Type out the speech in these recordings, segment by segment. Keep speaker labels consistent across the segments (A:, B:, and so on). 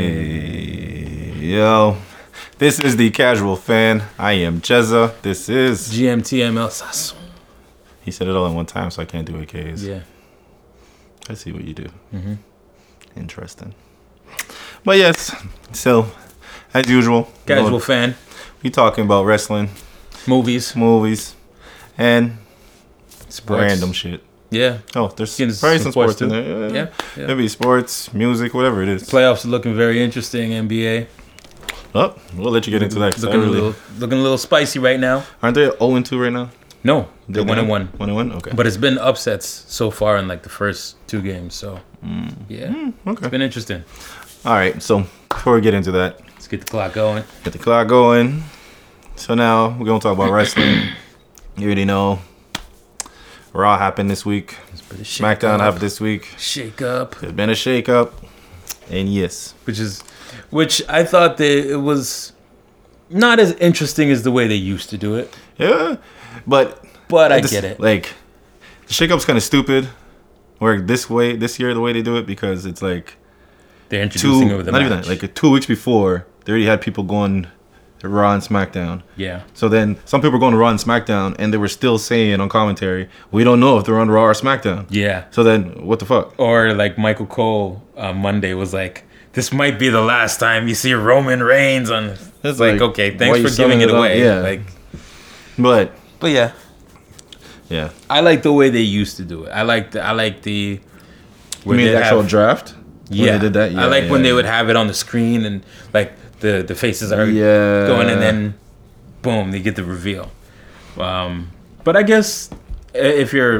A: Hey, yo. This is the casual fan. I am Jezza. This is.
B: GMTML Sassoon.
A: He said it all in one time, so I can't do AKs.
B: Yeah. Mm-hmm.
A: I see what you do. Interesting. But yes, so as usual, you know,
B: Casual fan.
A: we talking about wrestling,
B: Movies.
A: movies, and
B: Sports.
A: random shit.
B: Yeah.
A: Oh, there's
B: Getting
A: probably some
B: some
A: sports,
B: sports
A: in
B: too.
A: there.
B: Yeah. yeah.
A: Maybe sports, music, whatever it is.
B: Playoffs are looking very interesting, NBA.
A: Oh, we'll let you get into that. 'cause I
B: Looking, a
A: really-
B: little, looking a little spicy right now.
A: aren't they 0 and 2 right now?
B: No, they're one and one.
A: One and one. Okay.
B: But it's been upsets so far in like the first two games. So,
A: Mm.
B: yeah. It's
A: okay.
B: been interesting.
A: All right. So before we get into that,
B: Let's get the clock going.
A: get the clock going. So now we're gonna talk about wrestling. You already know. Raw happened this week.
B: Let's put the shake
A: SmackDown
B: up.
A: happened this week.
B: Shake up.
A: There's been a shakeup, and yes,
B: which is which I thought they it was not as interesting as the way they used to do it.
A: yeah, but
B: But I
A: this-
B: get it.
A: Like the shakeup's kind of stupid. Or this way, this year the way they do it because it's like
B: They're
A: two,
B: introducing
A: not
B: over the
A: even
B: match.
A: that, like two weeks before they already had people going to Raw and SmackDown.
B: yeah,
A: So then some people were going to Raw and SmackDown, and they were still saying on commentary, "We don't know if they're on Raw or SmackDown."
B: yeah.
A: So then, what the fuck?
B: Or like Michael Cole uh, Monday was like, "This might be the last time you see Roman Reigns on." It's like,
A: like,
B: okay,
A: why
B: thanks
A: you
B: for
A: selling
B: giving it
A: it on-
B: away.
A: yeah.
B: Like,
A: But
B: but yeah,
A: yeah,
B: I like the way they used to do it. I like the I like the.
A: you
B: where
A: mean
B: they
A: the actual
B: have-
A: draft? When
B: Yeah,
A: they did that. Yeah,
B: I like when
A: yeah,
B: they
A: yeah.
B: would have it on the screen and like the the faces are
A: Yeah.
B: going, and then boom, they get the reveal. Um, but I guess i- if you're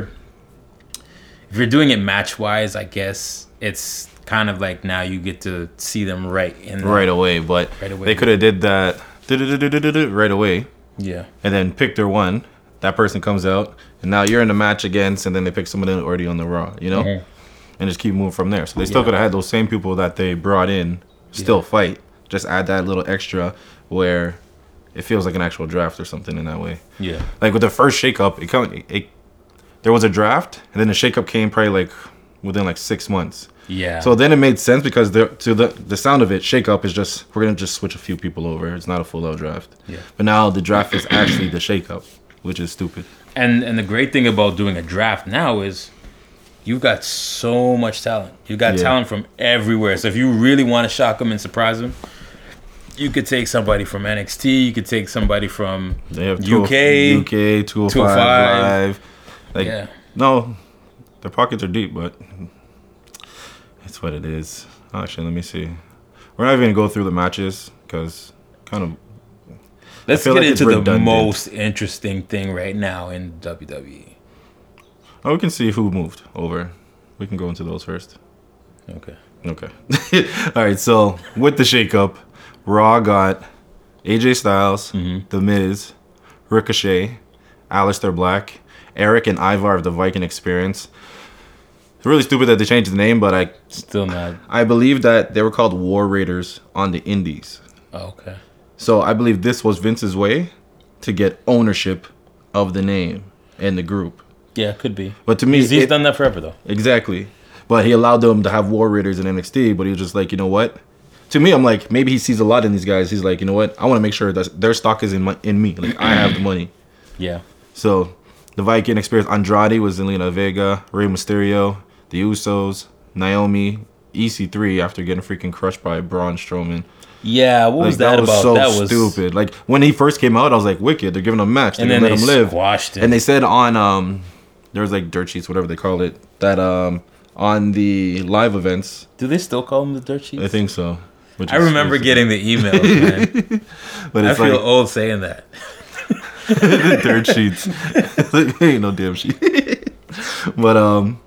B: if you're doing it match wise, I guess it's kind of like now you get to see them right in the,
A: right away. But
B: Right away.
A: they could have did that du-du-du-du-du-du-du right away,
B: Yeah,
A: and then pick their one. That person comes out, and now you're in the match against, and then they pick someone already on the Raw. You know, and just keep moving from there. So they still
B: Yeah.
A: could have had those same people that they brought in still fight. Just add that little extra where it feels like an actual draft or something in that way.
B: yeah,
A: Like with the first shakeup, it come it there was a draft, and then the shakeup came probably like within like six months.
B: yeah.
A: So then it made sense because the, to the the sound of it, shakeup is just we're gonna just switch a few people over. It's not a full out draft.
B: Yeah.
A: But now the draft is actually the shakeup, which is stupid.
B: And and the great thing about doing a draft now is you've got so much talent. You got
A: Yeah.
B: talent from everywhere. So if you really want to shock them and surprise them, you could take somebody from NXT. You could take somebody from
A: They have oh
B: UK.
A: UK, 205,
B: 205.
A: Live. Like,
B: Yeah.
A: no, their pockets are deep, but that's what it is. Actually, let me see. We're not even gonna go through the matches because kind of
B: Let's
A: feel
B: get
A: like it's
B: into the
A: redundant.
B: most interesting thing right now in E. WWE.
A: oh, we can see who moved over. We can go into those first.
B: Okay.
A: Okay. All right. So with the shakeup, Raw got AJ Styles, The Miz, Ricochet, Aleister Black, Eric, and Ivar of the Viking Experience. It's really stupid that they changed the name, but I
B: Still not.
A: I believe that they were called War Raiders on the Indies.
B: oh, okay.
A: So I believe this was Vince's way to get ownership of the name and the group.
B: Yeah, could be.
A: But to me,
B: He's, he's
A: it-
B: done that forever though.
A: Exactly. But he allowed them to have War Raiders in NXT, but he was just like, you know what? To me, I'm like, maybe he sees a lot in these guys. He's like, you know what? I want to make sure that their stock is in my, in me. Like I have the money.
B: Yeah.
A: So the Viking experience. Andrade was in Lena Vega, Rey Mysterio, the Usos, Naomi, EC3 after getting freaking crushed by Braun Strowman.
B: Yeah. What was
A: Like,
B: that, about?
A: so
B: that was
A: stupid. Like when he first came out, I was like, "Wicked, they're giving him a match. They're
B: And
A: gonna let
B: then they
A: him live."
B: squashed it.
A: And they said on um, there was like dirt sheets, whatever they call it, that um, on the live events,
B: Do they still call him the dirt sheets?
A: I think so. Which
B: I remember getting the emails. Man.
A: but
B: I
A: it's
B: feel
A: like
B: old saying that.
A: dirt sheets. like, ain't no damn sheet. but um,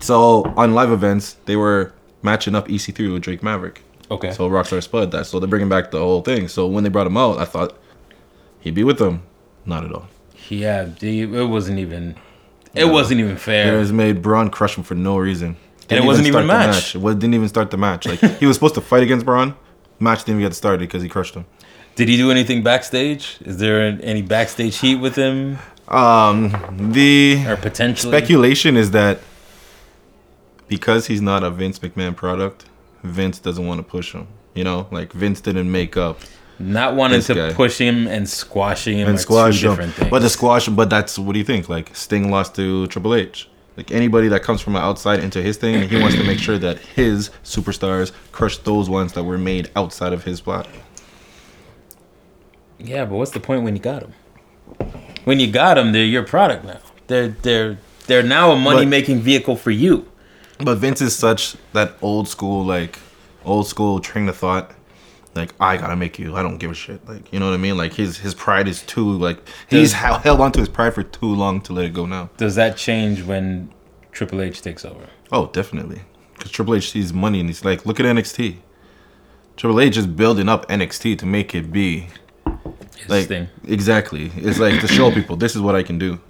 A: so on live events, they were matching up EC3 with Drake Maverick.
B: Okay.
A: So Rockstar Spud, that so they're bringing back the whole thing. So when they brought him out, I thought he'd be with them. Not at all.
B: Yeah, dude, it wasn't even. It wasn't even
A: It
B: fair.
A: was made Braun crush him for no reason. Didn't
B: wasn't
A: start
B: even
A: the
B: a match.
A: It was- didn't even start the match. Like he was supposed to fight against Braun. Match didn't even get started because he crushed him.
B: Did he do anything backstage? Is there an- any backstage heat with him
A: Um, the
B: or potentially?
A: speculation is that because he's not a Vince McMahon product, Vince doesn't want to push him. You know, like Vince didn't make up
B: Not wanting
A: This
B: to
A: guy.
B: push him and squashing him
A: and
B: are
A: squash
B: two
A: him.
B: different things.
A: But the squash, but that's what do you think? Like Sting lost to Triple H. Like anybody that comes from outside into his thing, he wants to make sure that his superstars crush those ones that were made outside of his plot.
B: yeah, but what's the point when you got him? When you got them, they're your product now. They're they're they're now a money making vehicle for you.
A: But Vince is such that old school, like old school train of thought. Like I gotta make you. I don't give a shit. Like you know what I mean. Like his his pride is too like he's hel- held on to his pride for too long to let it go now.
B: Does that change when Triple H takes over?
A: Oh, definitely. Because Triple H sees money and he's like, look at NXT. Triple H is building up NXT to make it be
B: His
A: like
B: thing.
A: exactly. It's like to show people this is what I can do.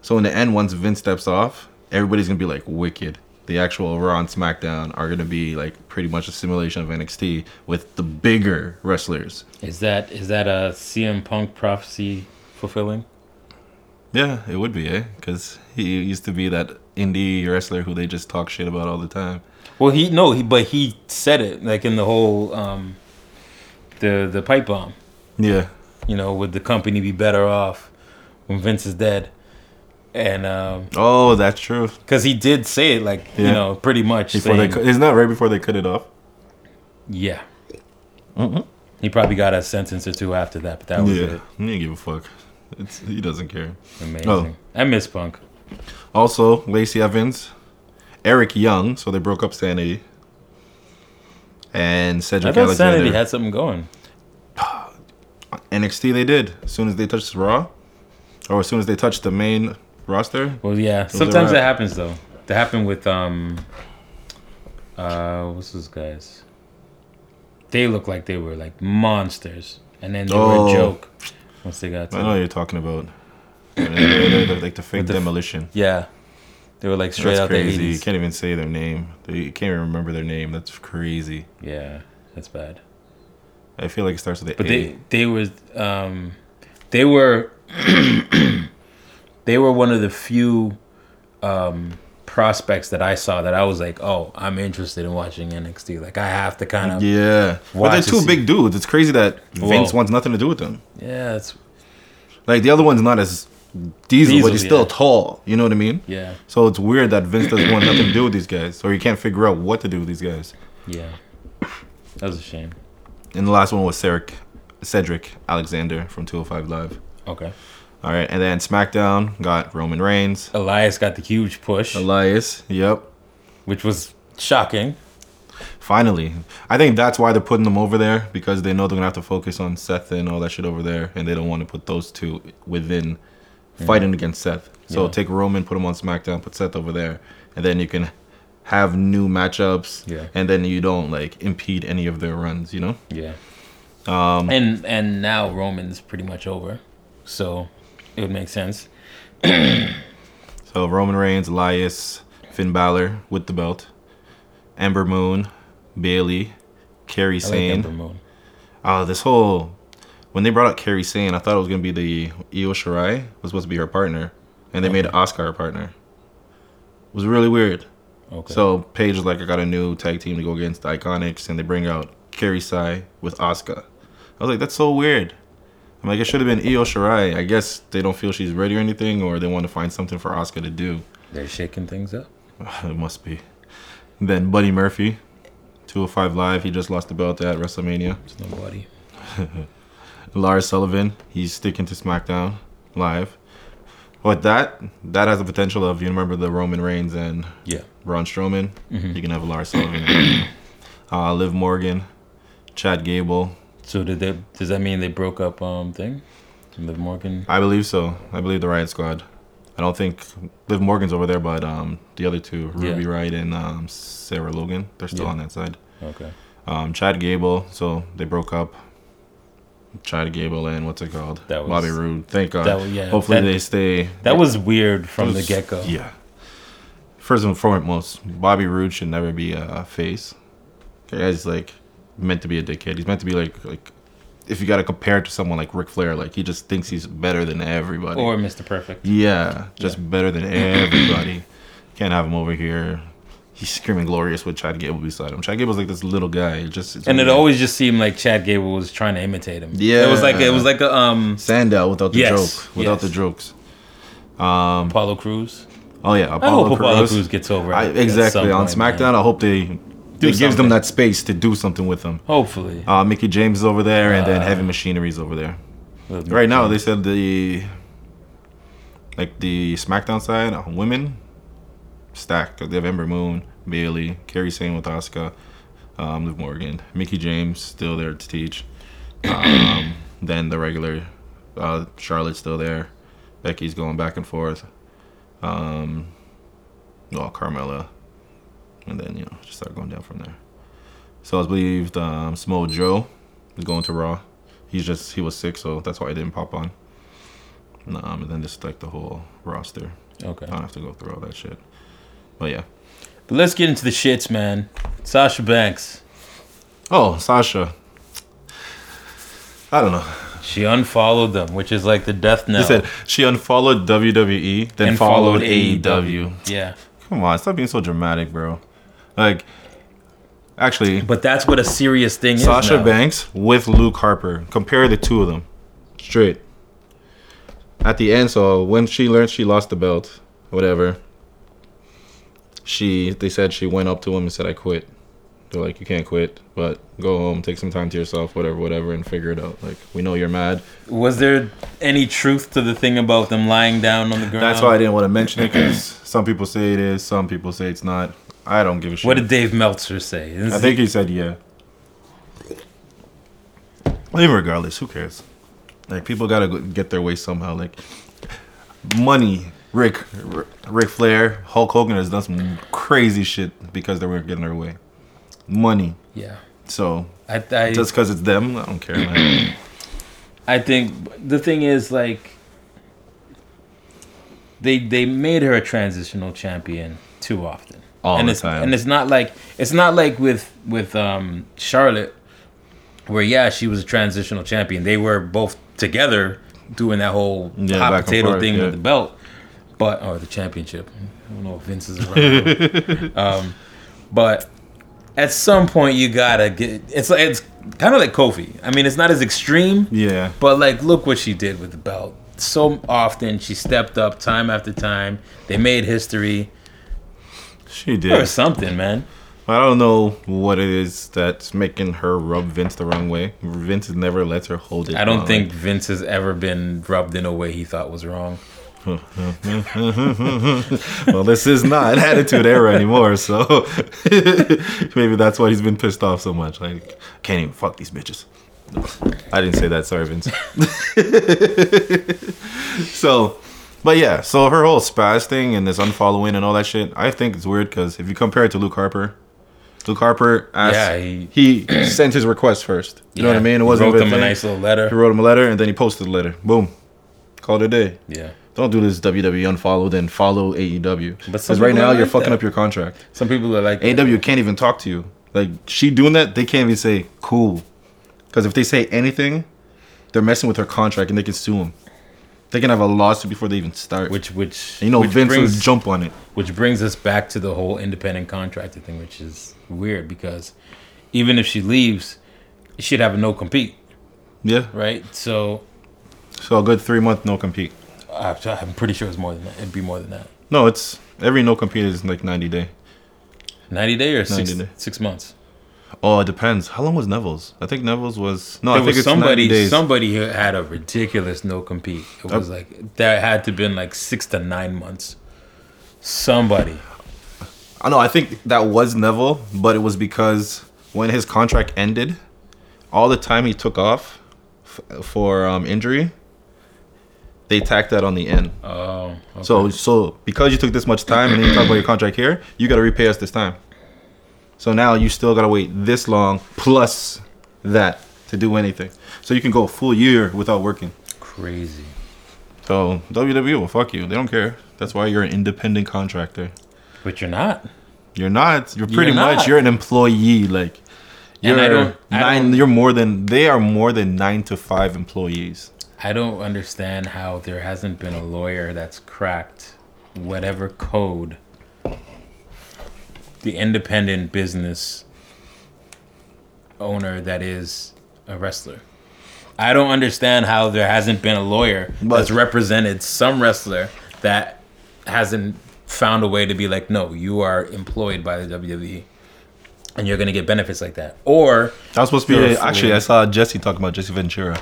A: So in the end, once Vince steps off, everybody's gonna be like wicked. The actual Raw and SmackDown are gonna be like pretty much a simulation of NXT with the bigger wrestlers.
B: Is that is that a CM Punk prophecy fulfilling?
A: Yeah, it would be, eh? Because he used to be that indie wrestler who they just talk shit about all the time.
B: Well, he no, he but he said it like in the whole um, the the pipe bomb.
A: Yeah,
B: You know, would the company be better off when Vince is dead? And um
A: Oh, that's true.
B: 'cause because he did say it, like you
A: Yeah.
B: know, pretty much.
A: Before they
B: saying-
A: cu- isn't that right before they cut it off?
B: yeah. He probably got a sentence or two after that, but that was
A: Mm-hmm. Yeah,
B: it.
A: he didn't give a fuck. It's, he doesn't care.
B: Amazing.
A: Oh.
B: I miss Punk.
A: Also, Lacey Evans, Eric Young, so they broke up Sanity, and
B: I
A: Cedric
B: thought Sanity
A: Alexander.
B: had something going.
A: NXT they did as soon as they touched Raw, or as soon as they touched the main roster.
B: Well, yeah. Sometimes
A: alright.
B: that happens though. That happened with um, uh, what's those guys? They look like they were like monsters, and then they were
A: Oh.
B: a joke once they got
A: I know
B: to.
A: what you're talking about. like the fake
B: the f-
A: demolition.
B: Yeah, they were like straight
A: that's
B: out
A: crazy.
B: the
A: You
B: 80s.
A: can't even say their name. You can't even remember their name. That's crazy.
B: Yeah, that's bad.
A: I feel like it starts with the
B: But
A: A.
B: they they was um, they were they were one of the few um prospects that I saw that I was like, oh, I'm interested in watching NXT. Like I have to kind of
A: Yeah.
B: Why
A: but they're
B: to
A: two
B: see-
A: big dudes. It's crazy that Vince
B: Whoa.
A: wants nothing to do with them.
B: yeah, it's
A: Like the other one's not as diesel,
B: Diesel,
A: but he's still
B: yeah.
A: tall. You know what I mean?
B: yeah.
A: So it's weird that Vince doesn't want nothing to do with these guys, or he can't figure out what to do with these guys.
B: Yeah. That was a shame.
A: And the last one was Cedric, Cedric Alexander from 205 Live.
B: Okay.
A: All right, and then SmackDown got Roman Reigns,
B: Elias got the huge push,
A: Elias. Yep.
B: which was shocking.
A: Finally, I think that's why they're putting them over there because they know they're gonna have to focus on Seth and all that shit over there, and they don't want to put those two within fighting against Seth. So
B: Yeah.
A: take Roman, put him on SmackDown, put Seth over there, and then you can have new matchups,
B: Yeah.
A: and then you don't like impede any of their runs, you know?
B: Yeah. Um and and now Roman's pretty much over. So it would make sense.
A: So Roman Reigns, Elias, Finn Balor with the belt, Ember Moon, Bailey, Kerry
B: I like
A: Sane.
B: Ember Moon.
A: Uh, this whole when they brought up Carrie Sane, I thought it was gonna be the Io Shirai was supposed to be her partner, and they made Oscar her partner. It was really weird.
B: Okay.
A: So Paige was like, I got a new tag team to go against the Iconics, and they bring out Carrie Sai with Oscar. I was like, that's so weird. I'm like, it should have been Io Shirai. I guess they don't feel she's ready or anything, or they want to find something for Oscar to do.
B: They're shaking things up.
A: it must be. Then Buddy Murphy, 205 Live. He just lost the belt at WrestleMania.
B: It's nobody.
A: Lars Sullivan, he's sticking to SmackDown live. But that that has the potential of you remember the Roman Reigns and
B: Yeah.
A: Braun Strowman.
B: Mm-hmm.
A: You can have Lars Sullivan, uh, Liv Morgan, Chad Gable.
B: So did they does that mean they broke up um thing? Liv Morgan?
A: I believe so. I believe the Riot Squad. I don't think Liv Morgan's over there, but um, the other two, Ruby
B: Yeah.
A: Riot and um, Sarah Logan, they're still
B: Yeah.
A: on that side.
B: Okay.
A: Um, Chad Gable, so they broke up. Chad Gable and what's it called?
B: That was-
A: Bobby Roode. Thank God.
B: That was- yeah,
A: Hopefully
B: that-
A: they stay.
B: That was weird from the
A: was-
B: get go.
A: Yeah. First and foremost, Bobby Roode should never be a face. That guy's like meant to be a dickhead. He's meant to be like like if you gotta compare it to someone like Ric Flair, like he just thinks he's better than everybody.
B: Or Mr. Perfect.
A: yeah, just better than everybody. Can't have him over here. he's screaming glorious with Chad Gable beside him. Chad Gable's like this little guy. It Just it's
B: and it
A: weird.
B: always just seemed like Chad Gable was trying to imitate him. it was like it was
A: Yeah.
B: like a um
A: Sandow without the
B: Yes,
A: joke, without
B: yes.
A: the jokes.
B: Apollo Cruz.
A: Oh yeah,
B: I
A: Apollo
B: hope Apollo
A: Crews.
B: Cruz gets over.
A: I,
B: at- at
A: exactly
B: some
A: on
B: point,
A: SmackDown.
B: man.
A: I hope they, they gives
B: something.
A: them that space to do something with them.
B: Hopefully,
A: Uh, Mickey James is over there, and
B: Uh,
A: then Heavy Machinery's over there. Uh, Right now, they said the like the SmackDown side on women stacked. They have Ember Moon, Bailey, Kerry Sane with Asuka, um, Liv Morgan, Mickey James still there to teach. Um, then the regular uh, Charlotte's still there. Becky's going back and forth. Um, well, Carmella, and then you know just start going down from there. So I believe um, Samoa Joe is going to Raw. He's just he was sick, so that's why I didn't pop on. Um, and then just like the whole roster.
B: Okay,
A: I don't have to go through all that shit. But yeah.
B: but let's get into the shits, man. Sasha Banks,
A: Oh, Sasha. I don't know.
B: she unfollowed them, which is like the death knell.
A: She said she unfollowed WWE, then followed, AEW.
B: Yeah,
A: Come on, stop being so dramatic, bro. Like, actually,
B: but that's what a serious thing is.
A: Sasha
B: now.
A: Banks with Luke Harper. Compare the two of them. Straight. At the end, so when she learned she lost the belt, whatever. She they said she went up to him and said, I quit. They're like, You can't quit, but go home, take some time to yourself, whatever, whatever, and figure it out. Like, we know you're mad.
B: Was there any truth to the thing about them lying down on the ground?
A: That's why I didn't want to mention it because some people say it is, some people say it's not. I don't give a shit.
B: What did Dave Meltzer say? This
A: I
B: is-
A: think he said yeah. Even regardless, who cares? Like people gotta go- get their way somehow. Like money, Rick, R- Rick Flair, Hulk Hogan has done some crazy shit because they weren't getting their way. Money.
B: yeah.
A: So
B: I, I,
A: just because it's them, I don't care. Man.
B: I think the thing is like they they made her a transitional champion too often.
A: All
B: and
A: the
B: it's,
A: time.
B: And it's not like it's not like with with um Charlotte where yeah, she was a transitional champion. They were both together doing that whole
A: Yeah, back
B: hot
A: and
B: potato
A: forth,
B: thing
A: yeah.
B: with the belt. But or the championship. I don't know if Vince is around. um but at some point you gotta get it's like it's kind of like Kofi. I mean it's not as extreme.
A: Yeah.
B: But like, look what she did with the belt. So often she stepped up time after time. They made history
A: She
B: or
A: did.
B: something, man.
A: I don't know what it is that's making her rub Vince the wrong way. Vince never lets her hold it.
B: I don't
A: down.
B: think Vince has ever been rubbed in a way he thought was wrong.
A: well, this is not attitude era anymore, so maybe that's why he's been pissed off so much. Like, can't even fuck these bitches. I didn't say that, sorry, Vince. so, but yeah, so her whole spaz thing and this unfollowing and all that shit, I think it's weird because if you compare it to Luke Harper, Luke Harper asked,
B: Yeah, he-
A: he, sent his request first. You know what I
B: Yeah.
A: mean? It wasn't
B: wrote
A: even
B: them a
A: thing.
B: nice little letter.
A: He wrote him a letter and then he posted the letter. Boom, called it a day.
B: yeah.
A: Don't do this WWE unfollow, then follow AEW.
B: But some
A: Because right
B: people
A: now
B: are
A: you're
B: like
A: fucking
B: that.
A: up your contract.
B: Some people are like,
A: AEW can't even talk to you. Like she doing that, they can't even say cool. Because if they say anything, they're messing with her contract and they can sue them. They can have a lawsuit before they even start.
B: which which
A: And you know
B: which
A: Vince
B: brings,
A: would jump on it.
B: which brings us back to the whole independent contractor thing, which is weird because even if she leaves, she'd have a no compete,
A: Yeah.
B: right? So
A: So a good three month no compete.
B: I- I'm pretty sure it's more than that. It'd be more than that.
A: No, it's every no compete is like ninety day.
B: 90 day or six,
A: 90 day.
B: six months?
A: Oh, it depends. How long was Neville's? I think Neville's was no. I
B: There
A: think
B: was
A: it's 90
B: somebody,
A: days.
B: somebody who had a ridiculous no compete. It was like, there had to been like six to nine months. Somebody.
A: I know. I think that was Neville, but it was because when his contract ended, all the time he took off f- for um, injury, they tacked that on the end.
B: Oh, okay.
A: So, so because you took this much time and then you talk about your contract here, you got to repay us this time. So now you still got to wait this long plus that to do anything. So you can go a full year without working.
B: crazy.
A: So WWE will fuck you. They don't care. That's why you're an independent contractor.
B: But you're not.
A: You're not. You're pretty
B: You're
A: much.
B: not.
A: You're an employee. Like
B: And
A: you're
B: I don't- I
A: 9
B: don't-
A: You're more than they are more than nine to five employees.
B: I don't understand how there hasn't been a lawyer that's cracked whatever code the independent business owner that is a wrestler. I don't understand how there hasn't been a lawyer that's
A: But-
B: represented some wrestler that hasn't found a way to be like, no, you are employed by the WWE, and you're gonna get benefits like that. Or
A: I was supposed to
B: You're
A: be.
B: a
A: Actually,
B: fool.
A: I saw Jesse talking about Jesse Ventura.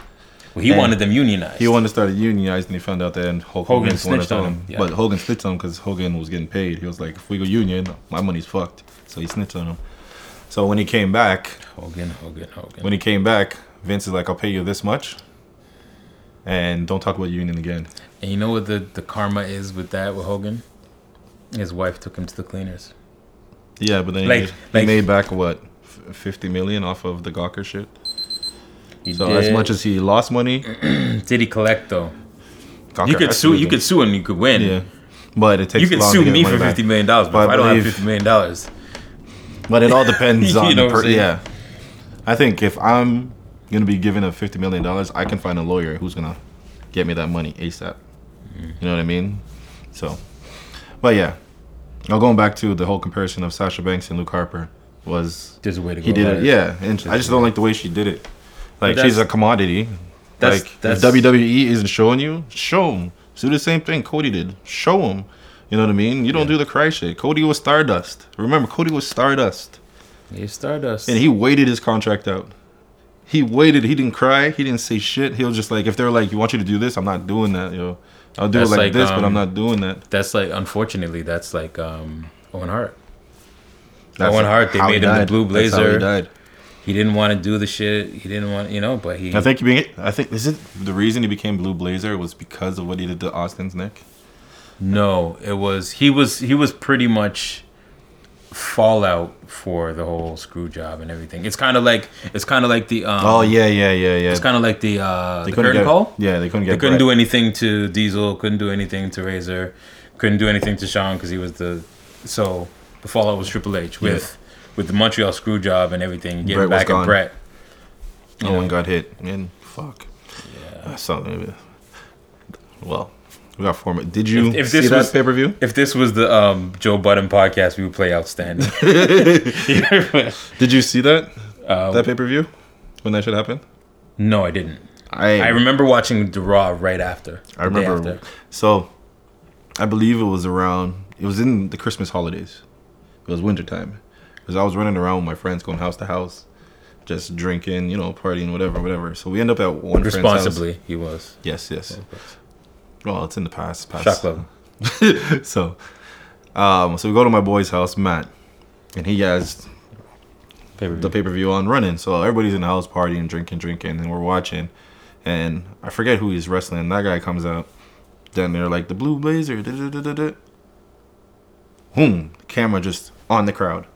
B: well, he
A: And
B: wanted them unionized.
A: He wanted to start a unionized, and he found out that and Hulk
B: Hogan
A: Hogan's one of
B: snitched on
A: them.
B: him, yeah.
A: But Hogan snitched on him because Hogan was getting paid. He was like, "If we go union, my money's fucked." So he snitched on him. So when he came back,
B: Hogan, Hogan, Hogan.
A: when he came back, Vince is like, "I'll pay you this much, and don't talk about union again."
B: And you know what the, the karma is with that with Hogan? His wife took him to the cleaners.
A: Yeah, but then
B: Like-
A: he,
B: like-
A: he made back what f- fifty million off of the Gawker shit.
B: He
A: So as much as he lost money,
B: did he collect though?
A: Gawker
B: You could
A: has to
B: sue.
A: lose
B: You
A: it.
B: could sue and you could win.
A: yeah. But it takes
B: You could
A: long
B: sue
A: to get
B: me
A: money
B: for
A: back.
B: fifty million dollars, but
A: But
B: if
A: I
B: I don't have
A: believe-
B: fifty million dollars,
A: But it all depends
B: You
A: on
B: know
A: the
B: what I'm
A: person.
B: saying?
A: Yeah. I think if I'm gonna be given a fifty million dollars, I can find a lawyer who's gonna get me that money ASAP. You know what I mean? So, but yeah. Now going back to the whole comparison of Sasha Banks and Luke Harper was
B: there's a way to go.
A: he did
B: about
A: it. Yeah, and I just don't like the way she did it. Like
B: But
A: she's a
B: that's-
A: commodity.
B: that's-
A: like
B: that's-
A: if WWE isn't showing you, show them. Do the same thing Cody did. Show them. You know what I mean? You don't do the cry shit. Cody was Stardust. Remember, Cody was Stardust,
B: He's Stardust.
A: and he waited his contract out. He waited. He didn't cry. He didn't say shit. He was just like, if they're like, "You want you to do this? I'm not doing that, yo. I'll do
B: That's
A: it like,
B: like,
A: this, but
B: um,
A: I'm not doing that."
B: that's like unfortunately, that's like um, Owen Hart.
A: That's
B: Owen Hart, they
A: how he
B: made him the
A: died.
B: Blue
A: That's how he
B: Blazer.
A: died.
B: He didn't want to do the shit. He didn't want, you know, but he.
A: I think he being, I think is it the reason he became Blue Blazer was because of what he did to Austin's neck.
B: No, it was he was he was pretty much fallout for the whole screw job and everything. It's kind of like it's kind of like the um,
A: Oh yeah, yeah, yeah, yeah.
B: it's kind of like the uh, the
A: couldn't
B: curtain
A: get,
B: call.
A: Yeah, they couldn't get.
B: They couldn't
A: Brett.
B: do anything to Diesel. Couldn't do anything to Razor. Couldn't do anything to Sean because he was the so the fallout was Triple H with with the Montreal screw job and everything getting
A: Brett was
B: back at
A: gone.
B: Brett.
A: No one got hit. And fuck. Yeah. Something. Well, we got four minutes. Did you
B: If- if
A: see
B: this
A: that
B: was-
A: pay per view?
B: If this was the um, Joe Budden podcast, we would play outstanding.
A: Did you see that
B: uh,
A: that pay per view when that should happen?
B: no, I didn't.
A: I
B: I remember watching the Raw right after.
A: I
B: the day
A: remember.
B: after.
A: So, I believe it was around. It was in the Christmas holidays. It was wintertime. Because I was running around with my friends, going house to house, just drinking, you know, partying, whatever, whatever. So we end up at one friend's house.
B: responsibly. He was
A: Yes, yes. Well, it's in the past. past.
B: shot club.
A: so, um, so we go to my boy's house, Matt, and he has the pay per view on running. So everybody's in the house partying, drinking, drinking, and we're watching. And I forget who he's wrestling. That guy comes out. Then they're like the Blue Blazer. Da, da, da, da, da. Boom! Camera just on the crowd.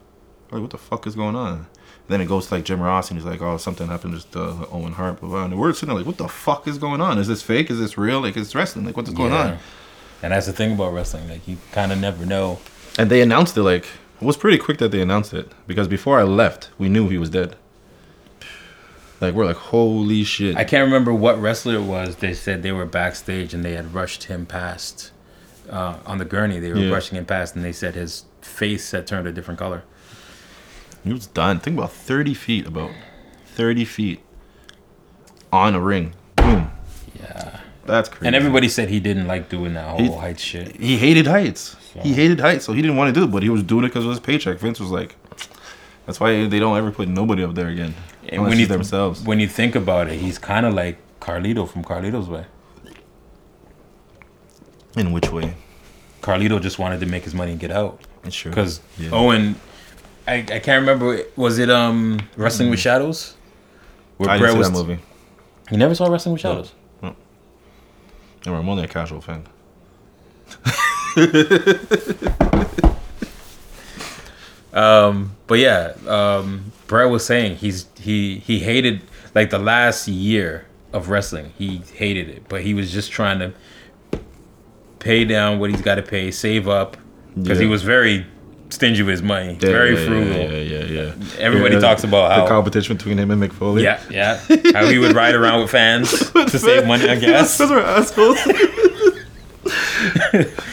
A: Like what the fuck is going on? then it goes to like Jim Ross, and he's like, "Oh, something happened just uh, Owen Hart." Blah, blah. And we're sitting there like, "What the fuck is going on? Is this fake? Is this real? Like, it's wrestling. Like, what's going on?"
B: And that's the thing about wrestling. Like you kind of never know.
A: And they announced it like it was pretty quick that they announced it because before I left, we knew he was dead. Like we're like, holy shit!
B: I can't remember what wrestler it was. They said they were backstage and they had rushed him past uh, on the gurney. They were
A: Yeah.
B: rushing him past, and they said his face had turned a different color.
A: he was done. Think about thirty feet, about thirty feet on a ring. Boom.
B: Yeah.
A: That's crazy.
B: And everybody said he didn't like doing that whole
A: He-
B: height shit.
A: he hated heights. He hated heights, so he didn't want to do it, but he was doing it because of his paycheck. Vince was like, that's why they don't ever put nobody up there again.
B: And
A: unless
B: when you
A: it's themselves.
B: when you think about it, he's kind of like Carlito from Carlito's Way.
A: In which way?
B: Carlito just wanted to make his money and get out.
A: It's true.
B: because
A: Yeah.
B: Owen, I, I can't remember. Was it um Wrestling with Shadows? Where
A: Mm. I
B: Bret
A: didn't see
B: was-
A: that movie.
B: You never saw Wrestling with Shadows.
A: Remember, I'm only a casual fan.
B: But yeah, um, Bret was saying he's he he hated like the last year of wrestling. He hated it, but he was just trying to pay down what he's got to pay, save up, because he
A: Yeah.
B: was very stingy with his money,
A: Yeah,
B: very
A: yeah,
B: frugal.
A: Yeah, yeah, yeah. yeah.
B: Everybody talks about
A: the
B: how-
A: competition between him and McFoley.
B: Yeah, yeah. How he would ride around with fans to save money, I guess.
A: Those are assholes.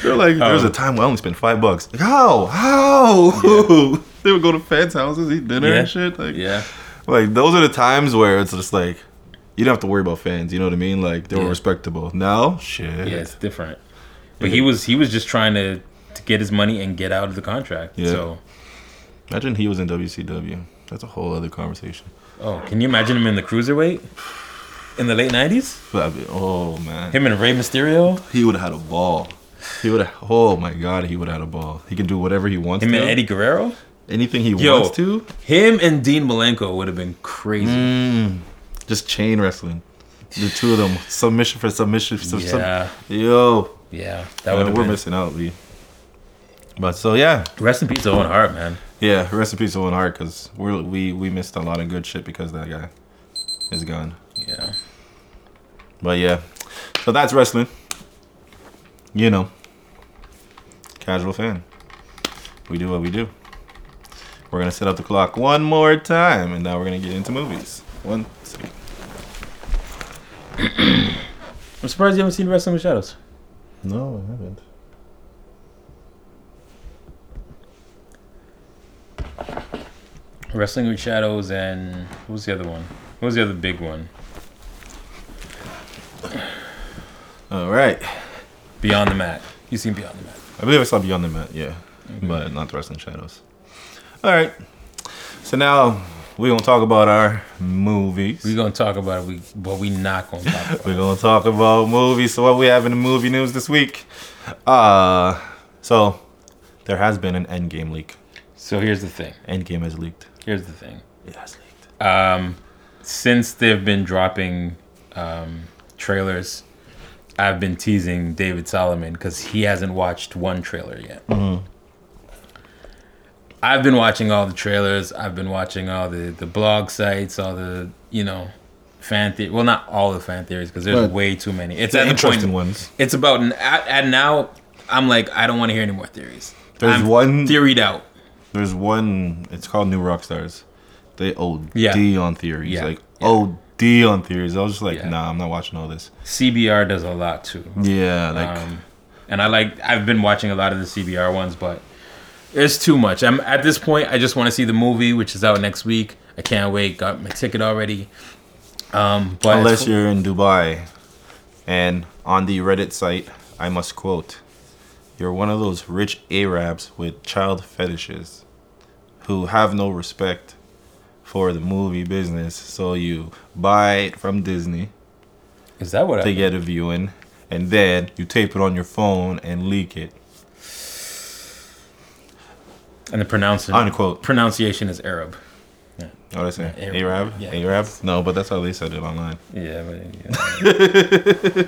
A: They're like, there
B: Oh.
A: was a time where I only spent five bucks. Like, how? How? they would go to fans' houses, eat dinner
B: Yeah.
A: and shit. Like,
B: Yeah.
A: like those are the times where it's just like, you don't have to worry about fans. You know what I mean? Like they were
B: Yeah.
A: respectable. Now, shit.
B: Yeah, it's different. But he was he was just trying to, to get his money and get out of the contract.
A: Yeah.
B: So
A: Imagine he was in WCW. That's a whole other conversation.
B: oh, can you imagine him in the cruiserweight? In the late nineties?
A: But I'd be, oh man,
B: Him and Rey Mysterio?
A: he would have had a ball. He would have. Oh my god, he would have had a ball. He can do whatever he wants.
B: Him
A: to.
B: and Eddie Guerrero?
A: Anything he
B: Yo.
A: wants to.
B: Him and Dean Malenko would have been crazy.
A: Just chain wrestling. The two of them, submission for submission. Sub, sub-
B: Yeah.
A: Yo,
B: Yeah. That would
A: man,
B: have
A: we're
B: been
A: missing out, Lee. But so yeah,
B: Rest in peace to Owen Hart, man.
A: yeah. Rest in peace, Owen Hart, because we we we missed a lot of good shit because that guy is gone.
B: Yeah.
A: But yeah, so that's wrestling. You know, casual fan. We do what we do. We're gonna set up the clock one more time, and now we're gonna get into movies. One, two.
B: I'm surprised you haven't seen Wrestling with Shadows.
A: No, I haven't.
B: Wrestling with Shadows and what was the other one? What was the other big one?
A: All right.
B: Beyond the Mat. You seen Beyond the Mat?
A: I believe I saw Beyond the Mat, yeah, but not the Wrestling Shadows. All right, so now we're gonna talk about our movies.
B: We're gonna talk about it. We but we not gonna talk about it.
A: We're gonna talk about movies. So what we have in the movie news this week? Uh so there has been an Endgame leak.
B: So here's the thing.
A: Endgame has leaked.
B: Here's the thing.
A: It has leaked.
B: Um, since they've been dropping um, trailers, I've been teasing David Solomon because he hasn't watched one trailer yet.
A: Mm-hmm.
B: I've been watching all the trailers. I've been watching all the, the blog sites, all the you know fan theory. Well, not all the fan theories because there's
A: But
B: way too many. It's
A: The
B: at the point.
A: interesting ones.
B: It's about an, at, at now. I'm like I don't want to hear any more theories.
A: There's
B: I'm
A: one-
B: theoried out.
A: There's one. It's called New Rock Stars. They OD
B: Yeah.
A: on theories.
B: Yeah.
A: Like
B: Yeah.
A: OD on theories. I was just like,
B: Yeah.
A: nah, I'm not watching all this.
B: CBR does a lot too.
A: Yeah, like
B: Um, and I like I've been watching a lot of the CBR ones, but it's too much. I'm at this point. I just want to see the movie, which is out next week. I can't wait. Got my ticket already. Um, but
A: unless you're in Dubai, and on the Reddit site, I must quote, "You're one of those rich Arabs with child fetishes, who have no respect for the movie business. So you buy it from Disney
B: is that what
A: to
B: I
A: get a viewing, and then you tape it on your phone and leak it."
B: and the pronunciation
A: Unquote.
B: pronunciation is Arab.
A: What I say?
B: Yeah,
A: Arab?
B: yeah.
A: Arab? No, but that's how they said it online.
B: Yeah, but, yeah.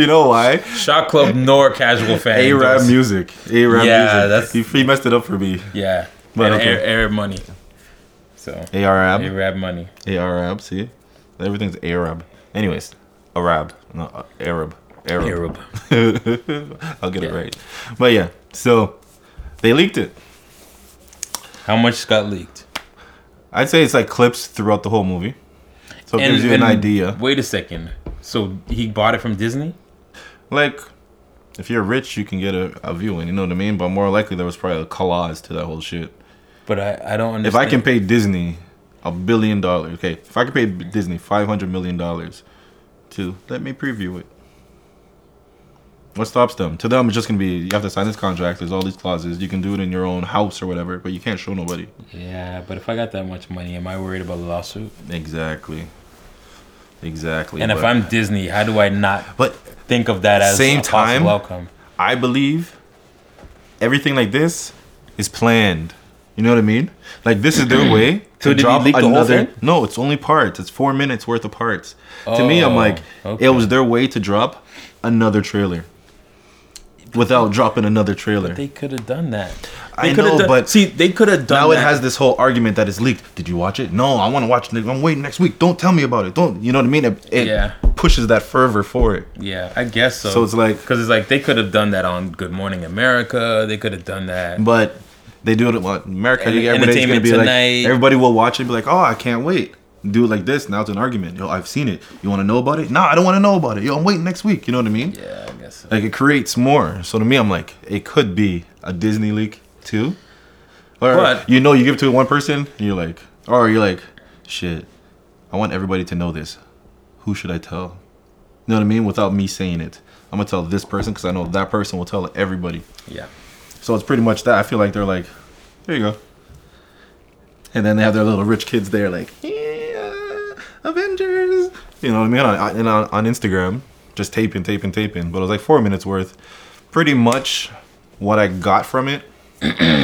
A: You know why?
B: shot club nor casual fan.
A: Arab
B: endorse.
A: music. Arab
B: Yeah,
A: music.
B: that's-
A: he, he messed it up for me.
B: Yeah,
A: But
B: and
A: okay.
B: Ar- Arab money. So
A: Arab.
B: Arab money.
A: Arab, see? Everything's Arab. Anyways, Arab. No, uh, Arab. Arab.
B: Arab.
A: I'll get it
B: Yeah.
A: right. But yeah, so they leaked it.
B: How much got leaked?
A: I'd say it's like clips throughout the whole movie. So it gives you an
B: and-
A: idea.
B: Wait a second. So he bought it from Disney.
A: Like, if you're rich, you can get a, a viewing, you know what I mean? But more likely, there was probably a collage to that whole shit.
B: But I, I don't understand.
A: If I can pay Disney a billion dollars, okay, if I can pay Disney $500 million to let me preview it, what stops them? To them, it's just going to be you have to sign this contract, there's all these clauses, you can do it in your own house or whatever, but you can't show nobody.
B: Yeah, but if I got that much money, am I worried about a lawsuit?
A: Exactly. Exactly.
B: And if
A: but-
B: I'm Disney, how do I not
A: But
B: think of that as
A: Same
B: a possible
A: time?
B: outcome?
A: I believe everything like this is planned. You know what I mean? Like this is their way
B: So
A: to
B: did he
A: drop
B: leak the whole
A: another.
B: thing?
A: No, it's only parts. It's four minutes worth of parts. to me, I'm
B: Oh,
A: like,
B: okay.
A: it was their way to drop another trailer without dropping another trailer.
B: They could have done that.
A: I
B: They coulda
A: know,
B: done-
A: but
B: see, they could have done.
A: now it
B: that.
A: has this whole argument that it's leaked. Did you watch it? No, I want to watch it. I'm waiting next week. Don't tell me about it. Don't. You know what I mean? It, it
B: Yeah.
A: pushes that fervor for it.
B: Yeah, I guess so.
A: So it's like-
B: because it's like they could have done that on Good Morning America. They could have done that.
A: But they do it in what, America.
B: And
A: everybody's gonna
B: Entertainment
A: be like,
B: Tonight.
A: everybody will watch it and be like, oh, I can't wait. Do it like this. Now it's an argument. Yo, I've seen it. You want to know about it? No, I don't want to know about it. Yo, I'm waiting next week. You know what I mean?
B: yeah, I guess. guess. So.
A: Like it creates more. So to me, I'm like, it could be a Disney leak too. Or
B: But-
A: you know, you give it to one person, and you're like, or you're like, shit, I want everybody to know this. Who should I tell? You know what I mean? Without me saying it, I'm gonna tell this person because I know that person will tell everybody.
B: Yeah.
A: So it's pretty much that. I feel like they're like, there you go. And then they have their little rich kids there, like, yeah, Avengers. You know what I mean? On, and on, on Instagram, just taping, taping, taping. But it was like four minutes worth. Pretty much what I got from it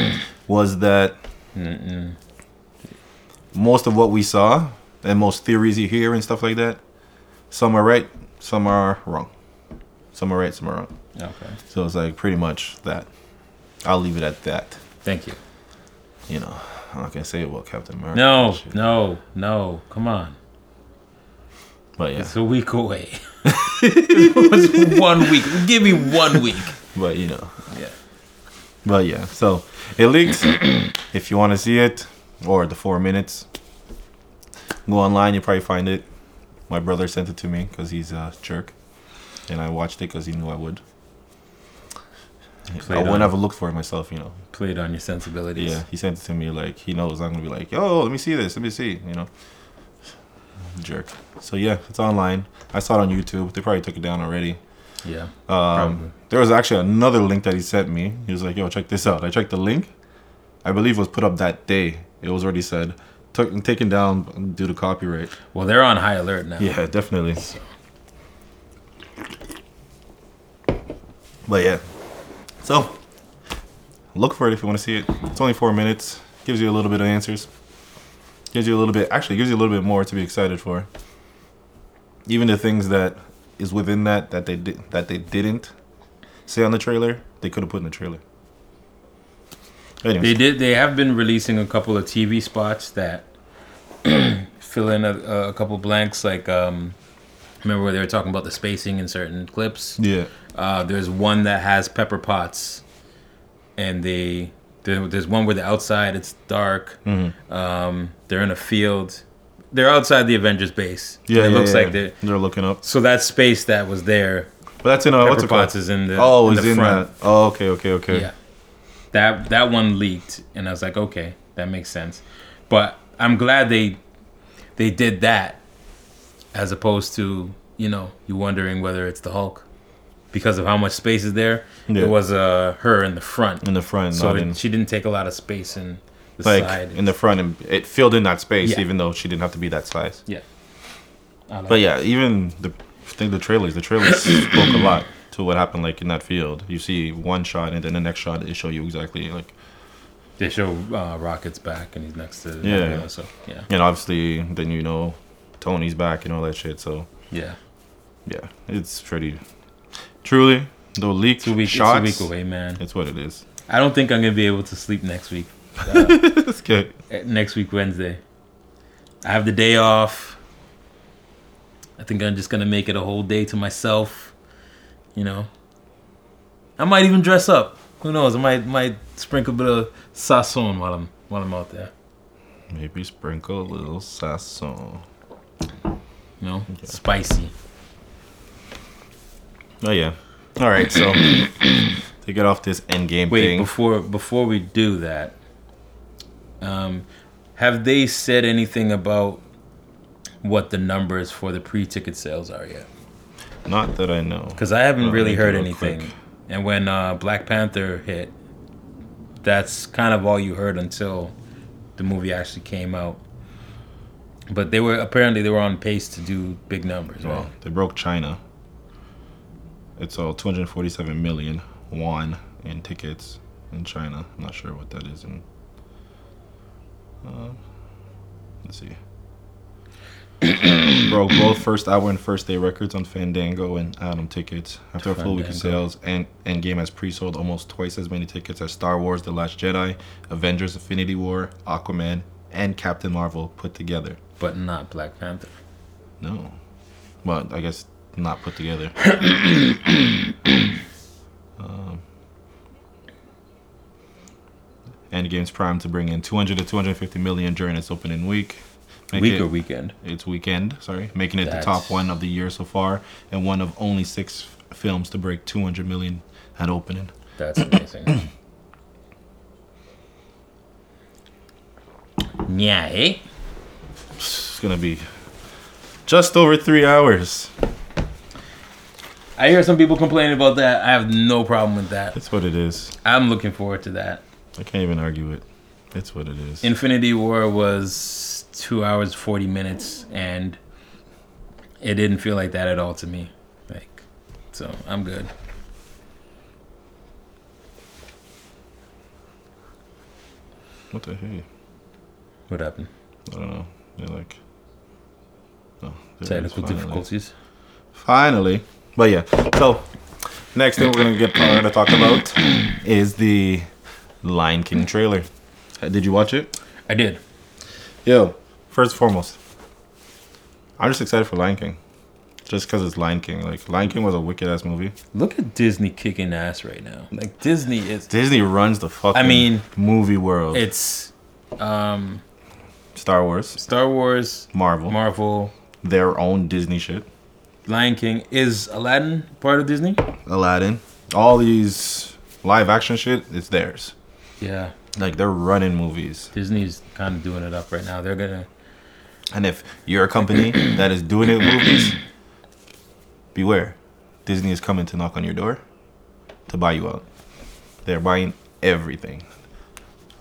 A: was that most of what we saw and most theories you hear and stuff like that, some are right, some are wrong. Some are right, some are wrong.
B: Okay.
A: So it's like pretty much that. I'll leave it at that.
B: Thank you.
A: You know, I'm not gonna say about Captain America.
B: No,
A: Shit.
B: no, no. Come on.
A: But yeah,
B: It's a week away. it's one week. Give me one week.
A: but you know,
B: Yeah.
A: but yeah. So it leaks. if you want to see it, or the four minutes, go online. You probably find it. My brother sent it to me because he's a jerk, and I watched it because he knew I would.
B: Played
A: I
B: on-
A: wouldn't have looked for it myself, you know.
B: Play it on your sensibilities.
A: Yeah, he sent it to me like he knows I'm gonna be like, yo, let me see this, let me see, you know. Jerk. So yeah, it's online. I saw it on YouTube. They probably took it down already.
B: Yeah. Probably.
A: Um, there was actually another link that he sent me. He was like, "Yo, check this out." I checked the link. I believe it was put up that day. It was already said, took, taken down due to copyright.
B: Well, they're on high alert now.
A: Yeah, definitely. But yeah, so look for it if you want to see it. It's only four minutes. Gives you a little bit of answers. Gives you a little bit. Actually, gives you a little bit more to be excited for. Even the things that is within that that they did that they didn't say on the trailer, they could have put in the trailer. Anyways,
B: They did. They have been releasing a couple of TV spots that fill in a, a couple blanks. Like, um, remember where they were talking about the spacing in certain clips?
A: yeah,
B: Uh, there's one that has Pepper Potts, and they there, there's one where the outside it's dark.
A: Mm-hmm.
B: Um, they're in a field. They're outside the Avengers base.
A: yeah.
B: And it
A: yeah,
B: looks
A: yeah.
B: like they.
A: they're looking up.
B: So that space that was there,
A: But that's in uh, what's
B: Pepper
A: it called?
B: Potts is in the
A: oh,
B: in
A: it's
B: the
A: in
B: front.
A: that. Oh, okay, okay, okay.
B: Yeah. That that one leaked and I was like, okay, that makes sense. But I'm glad they they did that as opposed to, you know, you wondering whether it's the Hulk because of how much space is there.
A: Yeah.
B: It was uh her in the front.
A: in the front,
B: so
A: not
B: it-
A: in
B: she didn't take a lot of space in the
A: like
B: side.
A: in the front, and it filled in that space,
B: Yeah.
A: even though she didn't have to be that size.
B: yeah. I like
A: But yeah, even the I think the trailers, the trailers spoke a lot to what happened like in that field. You see one shot, and then the next shot they show you exactly like
B: they show uh, Rocket's back and he's next to
A: Yeah.
B: Nebula, so yeah.
A: and obviously then you know Tony's back and all that shit. So
B: Yeah.
A: yeah, it's pretty truly the leak
B: Two weeks
A: shots.
B: it's a week away, man.
A: It's what it is.
B: I don't think I'm gonna be able to sleep next week.
A: It's good.
B: Uh, next week Wednesday. I have the day off. I think I'm just gonna make it a whole day to myself. You know, I might even dress up. Who knows? I might might sprinkle a bit of sasson while I'm while I'm out there.
A: Maybe sprinkle a little sasson.
B: You know, spicy.
A: Oh yeah. All right, so to get off this end game
B: Wait,
A: thing.
B: before before we do that, um, have they said anything about what the numbers for the pre-ticket sales are yet?
A: Not that I know.
B: Because I haven't
A: Well,
B: really
A: make it
B: heard
A: real
B: anything.
A: quick.
B: And when uh, Black Panther hit, that's kind of all you heard until the movie actually came out. But they were apparently they were on pace to do big numbers.
A: Well,
B: Right?
A: they broke China. It's all 247 million won in tickets in China. I'm not sure what that is in. Uh, let's see. broke both first hour and first day records on Fandango and Adam tickets. After a full week of
B: Fandango.
A: sales, and Endgame has pre-sold almost twice as many tickets as Star Wars: The Last Jedi, Avengers: Infinity War, Aquaman, and Captain Marvel put together.
B: But not Black Panther.
A: No. Well, I guess not put together. um, Endgame's primed to bring in 200 to 250 million during its opening week. Make
B: Week
A: it-
B: or weekend.
A: Its weekend, sorry. Making it
B: That's-
A: the top one of the year so far and one of only six films to break 200 million at opening.
B: That's amazing. yeah, eh?
A: It's gonna be just over three hours.
B: I hear some people complaining about that. I have no problem with that.
A: That's what it is.
B: I'm looking forward to that.
A: I can't even argue it. It's what it is.
B: Infinity War was two hours forty minutes, and it didn't feel like that at all to me. Like, so I'm good.
A: what the hey?
B: What happened?
A: I don't know. They're like. Oh, there it is,
B: Technical
A: finally.
B: difficulties.
A: Finally. But yeah. So next thing we're gonna get we're gonna talk about is the Lion King trailer. Uh, Did you watch it?
B: I did.
A: Yo, first and foremost, I'm just excited for Lion King. Just because it's Lion King. Like, Lion King was a wicked ass movie.
B: Look at Disney kicking ass right now. Like Disney is.
A: Disney runs the fucking
B: I mean,
A: movie world.
B: It's um,
A: Star Wars,
B: Star Wars,
A: Marvel,
B: Marvel,
A: their own Disney shit,
B: Lion King. Is Aladdin part of Disney?
A: Aladdin, all these live action shit, it's theirs.
B: Yeah.
A: Like, they're running movies.
B: Disney's kind of doing it up right now. They're gonna.
A: And if you're a company that is doing it with movies, beware. Disney is coming to knock on your door to buy you out. They're buying everything.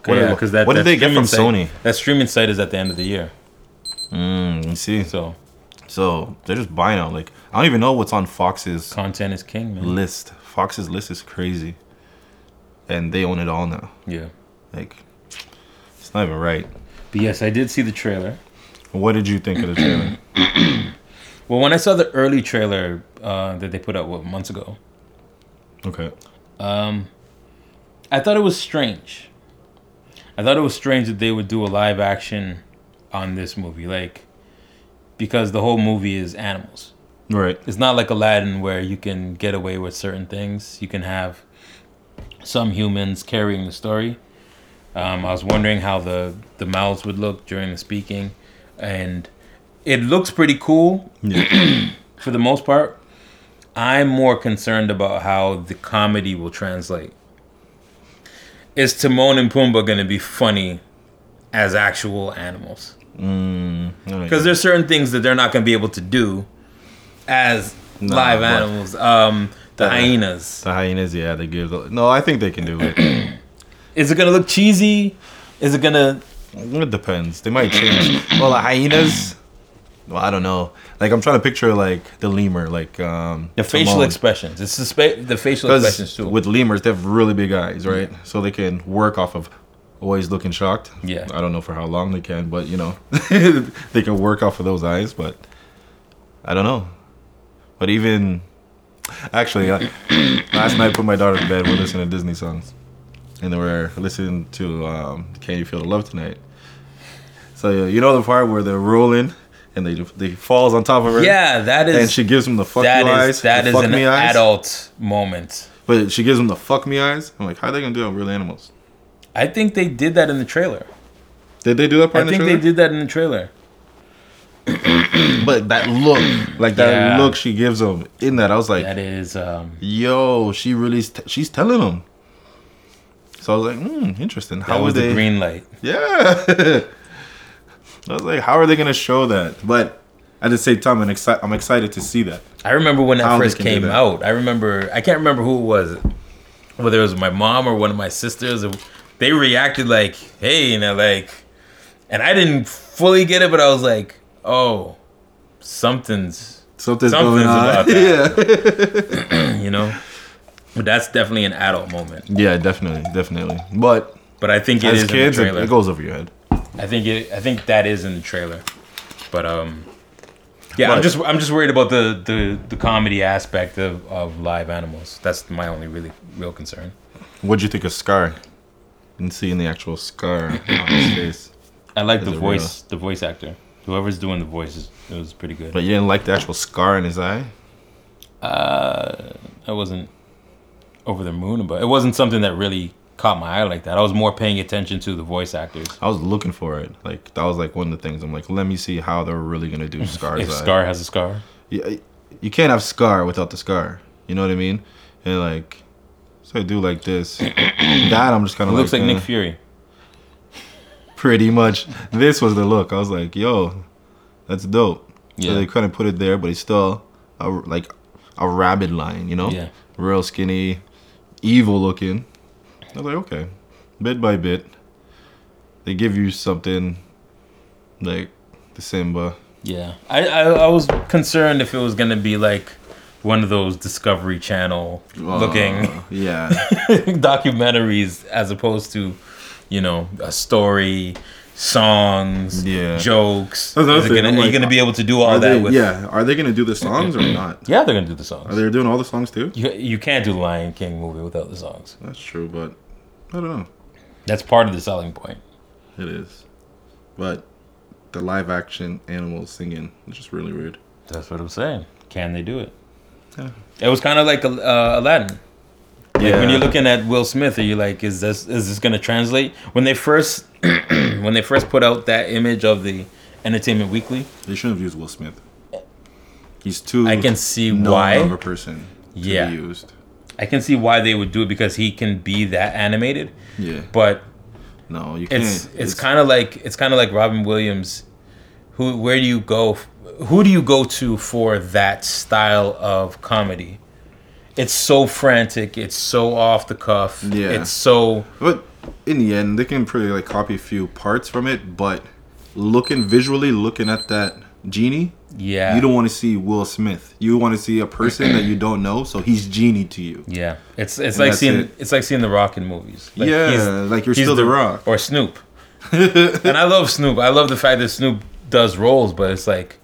A: What
B: yeah,
A: did-
B: because that.
A: what did
B: that
A: they get from
B: streaming
A: Sony?
B: site- That streaming site is at the end of the year,
A: Mm, you see?
B: so
A: So they're just buying out. Like, I don't even know what's on Fox's
B: content is king, man.
A: list. Fox's list is crazy. And they own it all now.
B: Yeah.
A: Like, it's not even right.
B: But yes, I did see the trailer.
A: What did you think of the trailer?
B: Well, when I saw the early trailer uh, that they put out what months ago,
A: okay.
B: I thought it was strange. I thought it was strange that they would do a live action on this movie, like because the whole movie is animals.
A: Right.
B: It's not like Aladdin where you can get away with certain things. You can have some humans carrying the story. Um, I was wondering how the the mouths would look during the speaking, and it looks pretty cool for the most part. I'm more concerned about how the comedy will translate. Is Timon and Pumbaa going to be funny as actual animals? because there's certain things that they're not going to be able to do as
A: Nah,
B: live
A: but-
B: animals. Um, the
A: Yeah.
B: hyenas.
A: the hyenas, yeah, they give. The, no, I think they can do it.
B: Is it going to look cheesy? Is it going to?
A: It depends. They might change. Well, the hyenas. Well, I don't know. Like I'm trying to picture like the lemur, like um
B: The facial
A: Timon.
B: expressions. It's the, spa- the facial expressions
A: Because
B: too.
A: with lemurs, they have really big eyes, right? So they can work off of always looking shocked.
B: Yeah.
A: I don't know for how long they can, but you know, they can work off of those eyes. But I don't know. But even actually, I, last night I put my daughter to bed. We're listening to Disney songs, and then we're listening to um, "Can You Feel the Love Tonight." So yeah, you know the part where they're rolling and they they falls on top of her.
B: yeah, that is
A: And she gives him the fuck
B: that
A: you
B: is
A: eyes.
B: that
A: the
B: is
A: fuck
B: an
A: me eyes.
B: adult moment.
A: But she gives him the fuck me eyes. I'm like, how are they gonna do that with real animals?
B: I think they did that in the trailer.
A: Did they do that part in
B: I think
A: the
B: they
A: trailer?
B: did that in the trailer.
A: But that look, like that
B: Yeah.
A: look she gives him in that, I was like,
B: That is um,
A: yo, she really, st- she's telling him. So I was like, hmm, interesting.
B: that
A: how
B: was
A: would
B: the
A: they?
B: green light.
A: Yeah. I was like, how are they gonna show that? But at the same time, I'm, exci- I'm excited to see that.
B: I remember when
A: How
B: that
A: they
B: first
A: can do
B: came
A: that.
B: out. I remember I can't remember who it was, whether it was my mom or one of my sisters. They reacted like, "Hey," and they're like, and I didn't fully get it, but I was like, "Oh, something's,"
A: Something's, going
B: Something's
A: on.
B: about
A: yeah.
B: you know. But that's definitely an adult moment.
A: yeah, definitely, definitely. But
B: But I think it is
A: as kids,
B: in the
A: it,
B: trailer.
A: it goes over your head.
B: I think it. I think that is in the trailer. But um, yeah, I'm
A: But-
B: just I'm just worried about the the the comedy aspect of of live animals. That's my only really real concern.
A: What'd you think of Scar? And seeing the actual scar on his face.
B: I like
A: Is
B: the
A: it
B: voice, the voice actor. Whoever's doing the voices, it was pretty good.
A: But you didn't like the actual scar in his eye?
B: I wasn't over the moon, but it wasn't something that really caught my eye like that. I was more paying attention to the voice actors.
A: I was looking for it. Like that was like one of the things. I'm like, let me see how they're really gonna do Scar's
B: if
A: eye.
B: Scar has a scar,
A: You, you can't have Scar without the scar. You know what I mean? And like, so I do like this. that I'm just kind
B: It
A: of
B: looks like
A: eh,
B: Nick Fury.
A: pretty much. This was the look. I was like, yo, that's dope.
B: Yeah.
A: So they couldn't put it there, but it's still a, like a rabid line, you know?
B: Yeah.
A: Real skinny, evil looking. I was like, okay. Bit by bit, they give you something like the Simba.
B: Yeah, I, I I was concerned if it was gonna be like one of those Discovery Channel looking
A: Uh, Yeah.
B: documentaries as opposed to, you know, a story, songs,
A: Yeah.
B: jokes.
A: That's the other
B: Is it
A: thing,
B: gonna,
A: I'm
B: are you
A: like,
B: gonna be able to do all
A: Are
B: that
A: they,
B: with?
A: yeah. Are they going to do the songs or not?
B: Yeah, they're gonna do the
A: Are
B: songs.
A: they doing all the songs too?
B: you, you can't do the Lion King movie without the songs.
A: That's true, but I don't know.
B: That's part of the selling point.
A: It is. But the live action animals singing is just really weird.
B: That's what I'm saying. Can they do it?
A: Yeah.
B: It was kind of like uh, Aladdin. Like when you're looking at Will Smith, are you like, is this is this gonna translate? When they first when they first put out that image of the Entertainment Weekly,
A: They shouldn't have used Will Smith. He's too.
B: I can see
A: known
B: why.
A: of a person to
B: Yeah.
A: be used.
B: I can see why they would do it because he can be that animated.
A: Yeah.
B: But
A: no, you can't.
B: it's it's kind of like it's kind of like Robin Williams. Who where do you go? f- Who do you go to for that style of comedy? It's so frantic. It's so off the cuff.
A: Yeah.
B: It's so
A: But in the end, they can probably like copy a few parts from it. But looking visually, looking at that genie,
B: yeah.
A: you don't want to see Will Smith. You want to see a person that you don't know, so he's genie to you.
B: Yeah, it's it's like
A: that's
B: seeing
A: it.
B: it's like seeing The Rock in movies. Like
A: Yeah, like you're
B: he's
A: still The Rock.
B: or Snoop. and I love Snoop. I love the fact that Snoop does roles, but it's like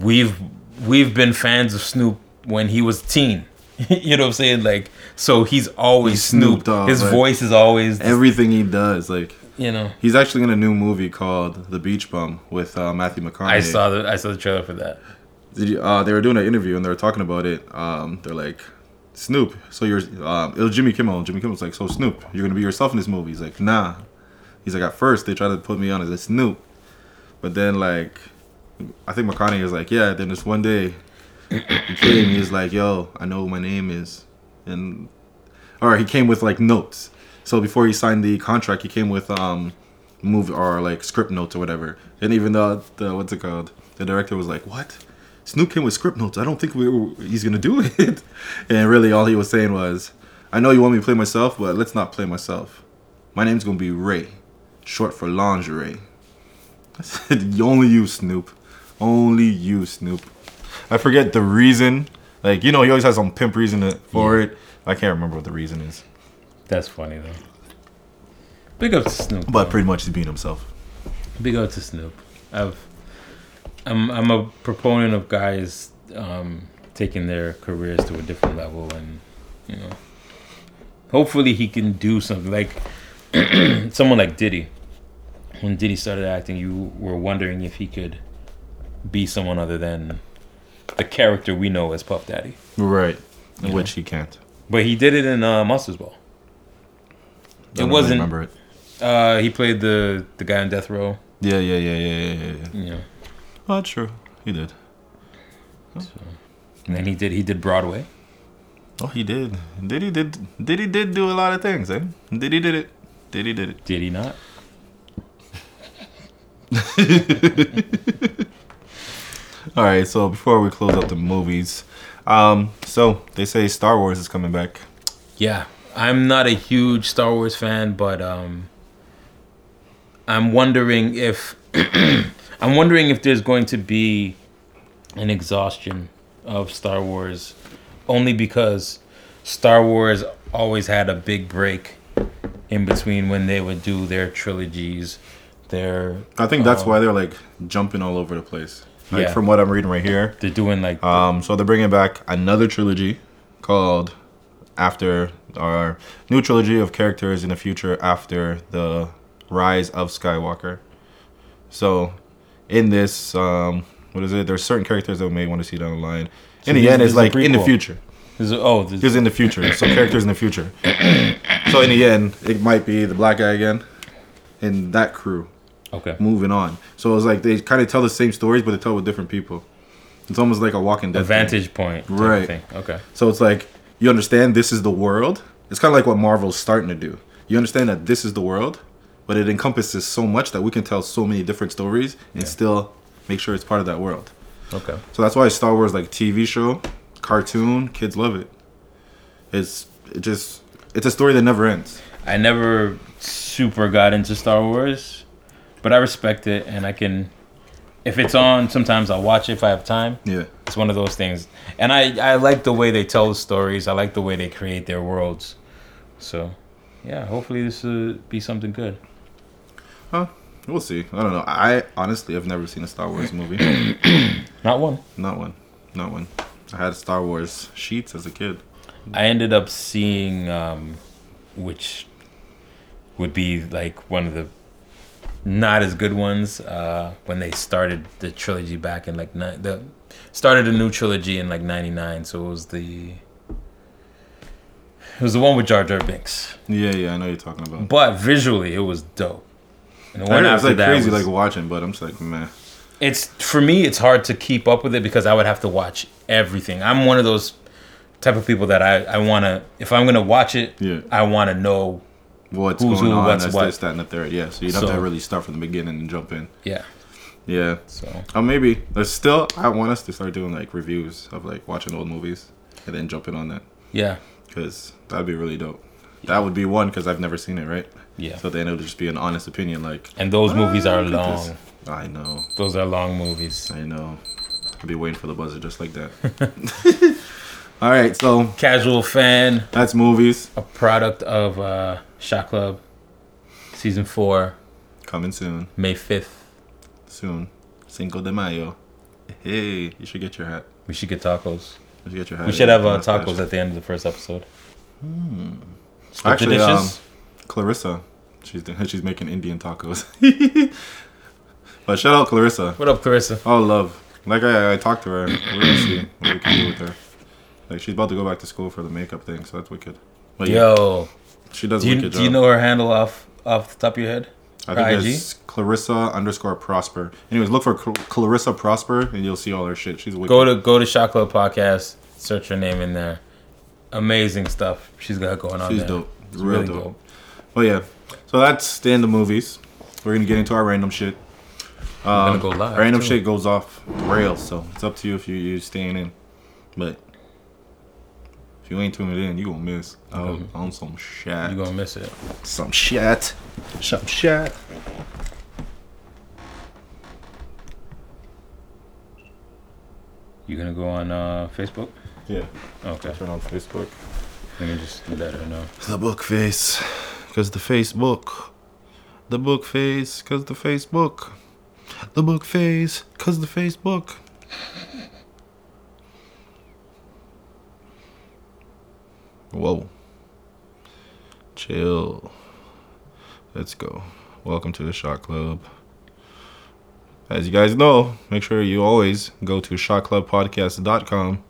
B: we've we've been fans of Snoop when he was a teen. you know what I'm saying? Like so he's always
A: He's Snoop
B: Snoop.
A: Dogg,
B: His
A: like-
B: voice is always
A: Everything he does, like
B: you know.
A: he's actually in a new movie called The Beach Bum with uh, Matthew McConaughey.
B: I saw the I saw the trailer for that.
A: Did you, uh, they were doing an interview and they were talking about it. Um, they're like, Snoop, so you're, um, it was Jimmy Kimmel. Jimmy Kimmel's like, so Snoop, you're gonna be yourself in this movie. He's like, nah. He's like, at first they tried to put me on as a Snoop, but then like, I think McConaughey was like, yeah. Then this one day, he came. He's like, yo, I know who my name is, and or he came with like notes. So before he signed the contract, he came with um movie or like script notes or whatever. And even though the what's it called, the director was like, "What? Snoop came with script notes. I don't think we were, he's gonna do it." And really, all he was saying was, "I know you want me to play myself, but let's not play myself. My name's gonna be Ray, short for lingerie." I said, "Only you, Snoop. Only you, Snoop." I forget the reason. Like you know, he always has some pimp reason to- for it. I can't remember what the reason is.
B: That's funny though. Big up to Snoop.
A: But pretty much he's being himself.
B: Big up to Snoop. I've, I'm I'm a proponent of guys um, taking their careers to a different level, and you know, hopefully he can do something like someone like Diddy. When Diddy started acting, you were wondering if he could be someone other than the character we know as Puff Daddy,
A: Right. Which he can't.
B: but he did it in uh, Monsters Ball.
A: I don't
B: it wasn't.
A: remember it.
B: Uh, he played the the guy on death row.
A: Yeah, yeah, yeah, yeah, yeah, yeah. yeah.
B: You know,
A: Oh, true. He did.
B: and then he did he did Broadway.
A: Oh, he did. Diddy did. Diddy did do a lot of things, eh? Diddy did it. Diddy did it.
B: Did he not?
A: All right. So before we close up the movies, um, so they say Star Wars is coming back.
B: Yeah, I'm not a huge Star Wars fan, but um, I'm wondering if I'm wondering if there's going to be an exhaustion of Star Wars, only because Star Wars always had a big break in between when they would do their trilogies, their
A: I think that's why they're like jumping all over the place. Like
B: Yeah.
A: from what I'm reading right here.
B: they're doing like
A: Um, so they're bringing back another trilogy called after our new trilogy of characters in the future after the rise of Skywalker. So in this, um, what is it? There's certain characters that we may want to see down the line. In the
B: this-
A: end,
B: this
A: it's
B: is a
A: like in the
B: prequel.
A: future.
B: there's- oh there's-
A: It's in the future. So characters in the future. so in the end, it might be the black guy again, and that crew
B: okay
A: moving on. So it's like they kind of tell the same stories, but they tell with different people. It's almost like a Walking Dead.
B: A
A: thing.
B: vantage point. type of
A: Right.
B: thing. Okay.
A: So it's like you understand this is the world. It's kind of like what Marvel's starting to do. You understand that this is the world, but it encompasses so much that we can tell so many different stories and still make sure it's part of that world.
B: Okay.
A: So that's why Star Wars like TV show, cartoon, kids love it. It's it just it's a story that never ends.
B: I never super got into Star Wars, but I respect it, and I can. If it's on, sometimes I'll watch it if I have time.
A: Yeah.
B: It's one of those things, and I I like the way they tell stories. I like the way they create their worlds. So, yeah, hopefully this will be something good.
A: We'll see. I don't know. I honestly have never seen a Star Wars movie.
B: Not one.
A: Not one. Not one. I had Star Wars sheets as a kid.
B: I ended up seeing, um, which would be like one of the not as good ones uh, when they started the trilogy back in like nine. The started a new trilogy in like '99, so it was the it was the one with Jar Jar Binks.
A: Yeah, yeah, I know you're talking about.
B: But visually, it was dope. And the
A: I
B: one
A: know it's
B: after
A: like
B: that,
A: crazy
B: was-
A: like watching, but I'm just like, man.
B: it's for me, it's hard to keep up with it because I would have to watch everything. I'm one of those type of people that I I want to if I'm gonna watch it,
A: Yeah.
B: I want to know
A: What's
B: Who's
A: going
B: who,
A: on?
B: what's
A: That's
B: what.
A: this, that, and the third. Yeah, so you'd have
B: So-
A: to really start from the beginning and jump in.
B: Yeah.
A: Yeah.
B: So
A: Or maybe there's still. I want us to start doing like reviews of like watching old movies and then jumping on that
B: yeah,
A: because that'd be really dope. That would be one because I've never seen it, right?
B: yeah.
A: So then it'll just be an honest opinion. Like
B: and those movies
A: "Ah,
B: are
A: look at this."
B: long.
A: I know.
B: Those are long movies.
A: I know. I'll be waiting for the buzzer just like that. All right, so
B: Casual fan,
A: that's movies
B: a product of uh, Shot Club, season four,
A: coming soon.
B: May fifth.
A: Soon, Cinco de Mayo. Hey, you should get your hat.
B: We should get tacos.
A: You should get your hat.
B: We should have uh,
A: Nice
B: tacos
A: fashion.
B: at the end of the first episode. Hmm.
A: Actually,
B: Actually,
A: um, Clarissa, she's she's making Indian tacos. but shout out Clarissa.
B: what up, Carissa?
A: Oh, love. Like I, I talked to her. We're gonna see what we can do with her. Like she's about to go back to school for the makeup thing, so that's wicked. But yeah,
B: Yo,
A: she does a
B: do you,
A: wicked
B: do you
A: job.
B: know her handle off off the top of your head?
A: I think
B: IG?
A: it's Clarissa underscore Prosper. Anyways, look for Cl- Clarissa Prosper and you'll see all her shit. She's wicked.
B: Go to go to Shot Club podcast. Search her name in there. Amazing stuff she's got going on.
A: she's
B: there.
A: dope.
B: It's
A: Real dope. But yeah, so that's the end of movies. We're gonna get into our random shit.
B: I'm gonna go live.
A: Um, Random
B: too.
A: shit goes off rails, so it's up to you if you you staying in. But if you ain't tuning in, you gonna miss out on some shit.
B: You gonna miss it.
A: some shit. Some shit.
B: You gonna go on uh, Facebook?
A: Yeah.
B: Okay.
A: Turn on Facebook.
B: Let me just let her know.
A: The book face. Cause the Facebook. The book face. Cause the Facebook. The book face. Cause the Facebook. Whoa. Chill. Let's go. Welcome to the Shot Club. As you guys know, make sure you always go to shotclubpodcast.com.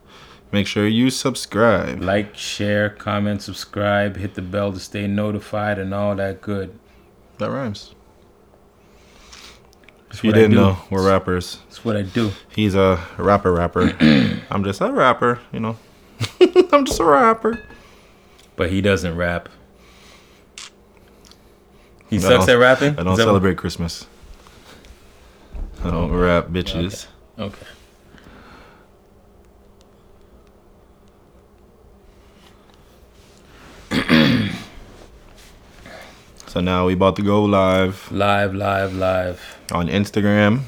A: Make sure you subscribe.
B: Like, share, comment, subscribe, hit the bell to stay notified, and all that good.
A: That rhymes.
B: That's
A: If you
B: what I
A: didn't
B: do.
A: know, we're rappers.
B: That's what I do.
A: He's a rapper rapper. I'm just a rapper, you know. I'm just a rapper.
B: But he doesn't rap. He
A: I
B: sucks at
A: don't-
B: rapping.
A: I don't
B: Is that what- Oh.
A: celebrate Christmas. I don't rap bitches.
B: Okay.
A: So now we about to go live
B: Live, live, live.
A: on Instagram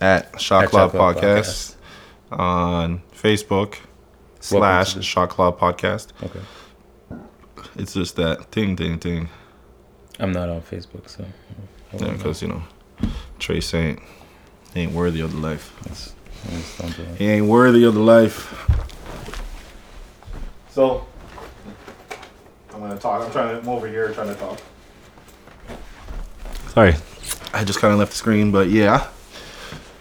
A: at Shot
B: At
A: Club
B: Shot Club
A: Podcast. On Facebook slash
B: the-
A: Shot Club Podcast.
B: Okay.
A: It's just that ting ting ting.
B: I'm not on Facebook, so. I
A: Yeah,
B: wouldn't know.
A: because you know, Trey Saint ain't worthy of the life.
B: That's- I just don't do it.
A: He ain't worthy of the life. So I'm gonna talk. I'm trying to. I'm over here trying to talk. Sorry, I just kind of left the screen, but yeah.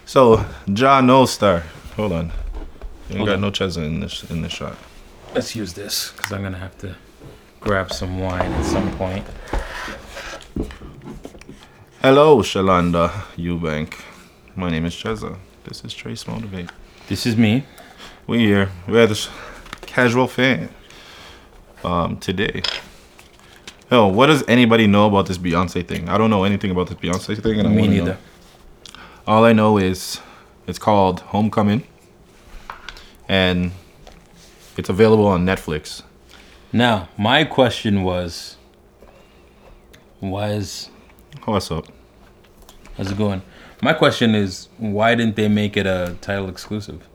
A: So John Olstar, hold on. You ain't
B: Hold
A: got
B: on.
A: no Cheza in this in this shot.
B: Let's use this because I'm gonna have to grab some wine at some point.
A: Hello, Shalanda Eubank. My name is Cheza. This is Trace Motivate.
B: This is me.
A: We here. We had this casual fan um, today. Yo, what does anybody know about this Beyonce thing? I don't know anything about this Beyonce thing. And I
B: me
A: wanna know.
B: neither.
A: All I know is it's called Homecoming, and it's available on Netflix.
B: Now, my question was was
A: Oh, what's up?
B: how's it going? My question is why didn't they make it a title exclusive?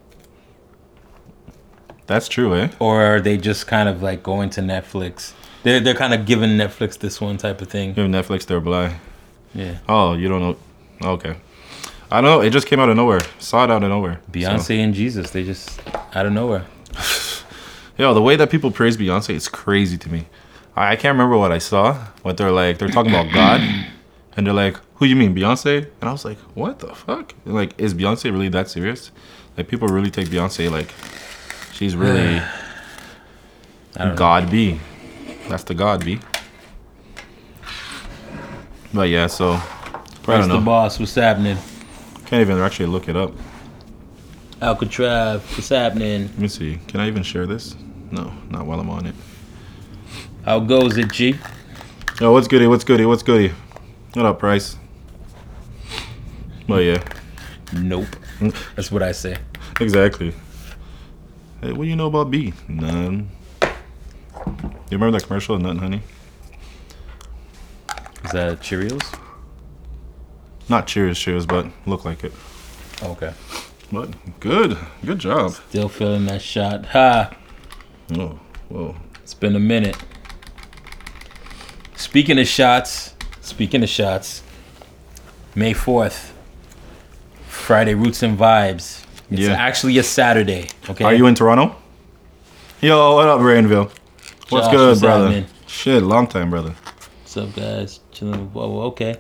A: That's true, eh?
B: Or are they just kind of like going to Netflix? They're they're kind of giving Netflix this one type of thing.
A: You have Netflix, they're blind.
B: Yeah.
A: Oh, you don't know? Okay. I don't know. It just came out of nowhere. Saw it out of nowhere. So-
B: Beyonce and Jesus, they just out of nowhere.
A: Yo, the way that people praise Beyonce is crazy to me. I, I can't remember what I saw, but they're like they're talking about God, and they're like, "Who you mean, Beyonce?" And I was like, "What the fuck? And, like, is Beyonce really that serious? Like, people really take Beyonce like she's really
B: I don't know.
A: God B. That's the God B. But yeah, so I
B: Praise
A: don't
B: the
A: know.
B: boss, what's happening?
A: Can't even actually look it up.
B: Alcatraz, what's happening?
A: Let me see. Can I even share this? No, not while I'm on it.
B: How goes it, G?
A: Yo, what's goody? What's goody? What's goody? What up, Price? But yeah,
B: Nope.
A: Mm.
B: That's what I say.
A: exactly. Hey, what do you know about B? None. You remember that commercial, Nut and Honey?
B: Is that Cheerios?
A: Not Cheers, Cheers, but look like it.
B: Okay.
A: But good, good job.
B: Still feeling that shot. Ha!
A: Oh, whoa.
B: It's been a minute. Speaking of shots, speaking of shots, May 4th, Friday Roots and Vibes. It's
A: Yeah.
B: actually a Saturday. Okay.
A: Are you in Toronto? Yo, what up, Rainville? What's
B: Josh,
A: good,
B: what's up,
A: brother?
B: man?
A: Shit, long time, brother.
B: What's up, guys? Chilling. Whoa, okay.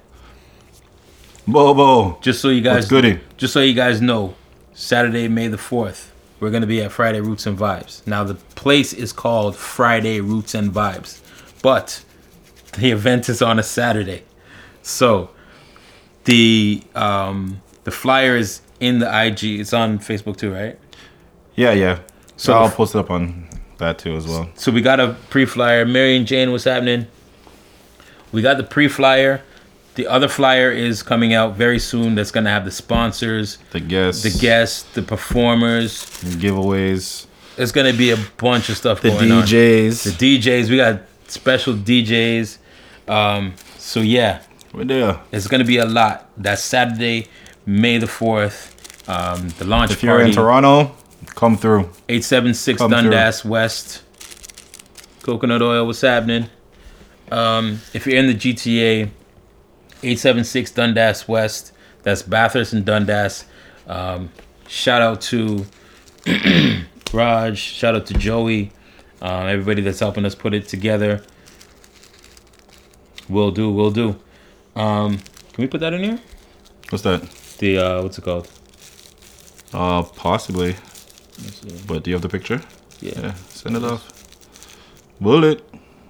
A: Bobo,
B: Just so you guys
A: what's goody?
B: just so you guys know, Saturday, May the 4th, we're going to be at Friday Roots and Vibes. Now, the place is called Friday Roots and Vibes, but the event is on a Saturday. So, the um, the flyer is in the IG. It's on Facebook too, right?
A: Yeah, yeah. So
B: So-
A: I'll post it up on that too as well.
B: So we got a pre-flyer. Mary and Jane, what's happening? We got the pre-flyer. The other flyer is coming out very soon. That's going to have the sponsors,
A: The guests,
B: the guests, the performers,
A: giveaways,
B: It's gonna be a bunch of stuff
A: the
B: going on.
A: DJs.
B: The DJs. We got special DJs. Um, so yeah,
A: We're there.
B: it's gonna be a lot. That's Saturday, May the fourth. Um, the launch
A: If you're in
B: party.
A: Toronto, come through.
B: Eight seven six
A: Come through.
B: Dundas West. Coconut oil. What's happening? Um, if you're in the GTA, eight seven six Dundas West. That's Bathurst and Dundas. Um, shout out to Raj. Shout out to Joey. Um, everybody that's helping us put it together. Will do. Will do. Um, can we put that in here?
A: What's that?
B: The uh, what's it called?
A: Uh, possibly.
B: Let's see.
A: But do you have the picture?
B: Yeah.
A: Yeah. Send it off. Bullet.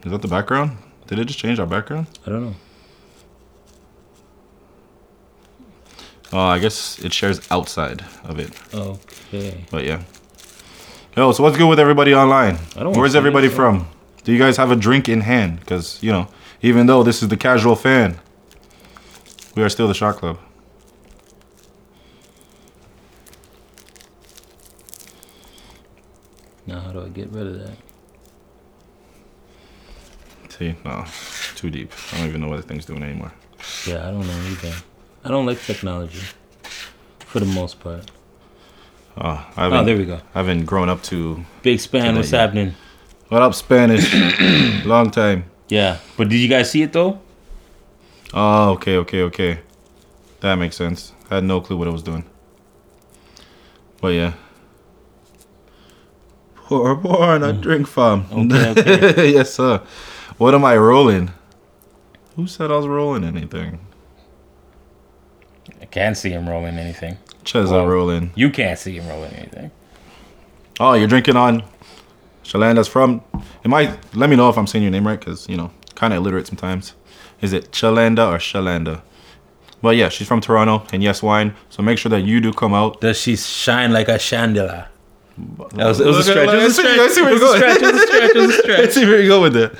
A: Is that the background? Did it just change our background?
B: I don't know.
A: Uh, I guess it shares outside of it.
B: Okay.
A: But yeah. Yo, so what's good with everybody online?
B: I don't
A: Where's
B: see
A: everybody
B: it, though.
A: from? Do you guys have a drink in hand? Because, you know, even though this is the casual fan, we are still the Shot Club.
B: Now how do I get rid of that?
A: See, no, too deep. I don't even know what the thing's doing anymore.
B: Yeah, I don't know either. I don't like technology for the most part.
A: Oh, I
B: Oh,
A: haven't,
B: there we go.
A: I haven't grown up to.
B: Big span,
A: that,
B: what's
A: yeah.
B: happening?
A: What up, Spanish? Long time.
B: Yeah, but did you guys see it though?
A: Oh, okay, okay, okay. That makes sense. I had no clue what I was doing. But yeah. Poor born, I drink farm.
B: Mm. Okay, okay.
A: yes, sir. What am I rolling? Who said I was rolling anything?
B: I can't see him rolling anything.
A: Cheza
B: Wow.
A: rolling.
B: You can't see him rolling anything.
A: Oh, you're drinking on Shalanda's from. Am I? Let me know if I'm saying your name right, because you know, kind of illiterate sometimes. Is it Chalanda or Shalanda? But yeah, she's from Toronto and Yes Wine. So make sure that you do come out.
B: Does she shine like a chandelier? That was, it was a
A: Look at-
B: stretch. It was a
A: look at- I see where
B: stretch. It
A: you're
B: was a
A: going.
B: stretch. It was a stretch. It was a
A: Let's
B: stretch.
A: see where you go with it.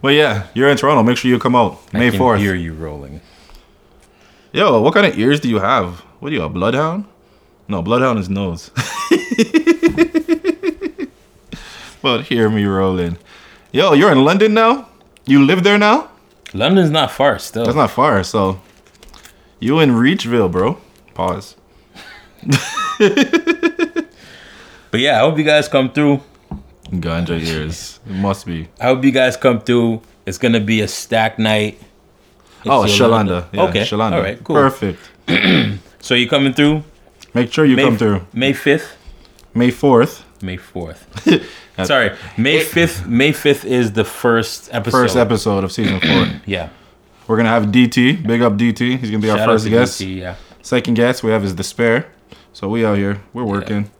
A: But yeah, you're in Toronto. Make sure you come out May
B: I can
A: 4th.
B: hear you rolling.
A: Yo, what kind of ears do you have? What do you, a bloodhound? No, bloodhound is nose. but hear me rolling. Yo, you're in London now? You live there now?
B: London's not far still.
A: That's not far, so. You in Reachville, bro. Pause.
B: But yeah, I hope you guys come through.
A: Ganja ears. It must be.
B: I hope you guys come through. It's gonna be a stack night. It's
A: oh,
B: Yolanda.
A: Shalanda. Yeah,
B: okay,
A: Shalanda.
B: All right, cool.
A: Perfect.
B: So you coming through?
A: Make sure you
B: May,
A: come through.
B: May fifth,
A: May 4th.
B: May fourth.
A: Uh,
B: Sorry, May fifth. May fifth is the first episode.
A: First episode of season four.
B: Yeah.
A: We're going to have DT. Big up DT. He's going to be
B: Shout
A: our
B: out
A: first
B: to
A: guest.
B: DT, yeah.
A: Second guest we have is Despair. So we out here. We're working.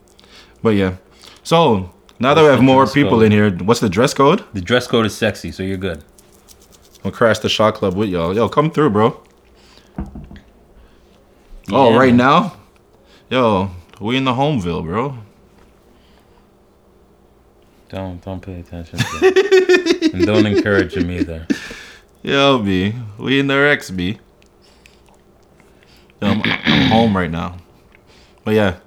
A: But yeah. So now that we have
B: the
A: more
B: dress
A: people
B: code?
A: in here, what's the dress code?
B: The dress code is sexy, so you're good.
A: We'll crash the shot club with y'all. Yo, come through, bro. Oh,
B: Yeah.
A: right now? Yo, we in the Homeville, bro.
B: Don't don't pay attention. To him. and don't encourage him either.
A: Yo, B. We in the Rex, B. Yo, I'm, I'm home right now. But yeah.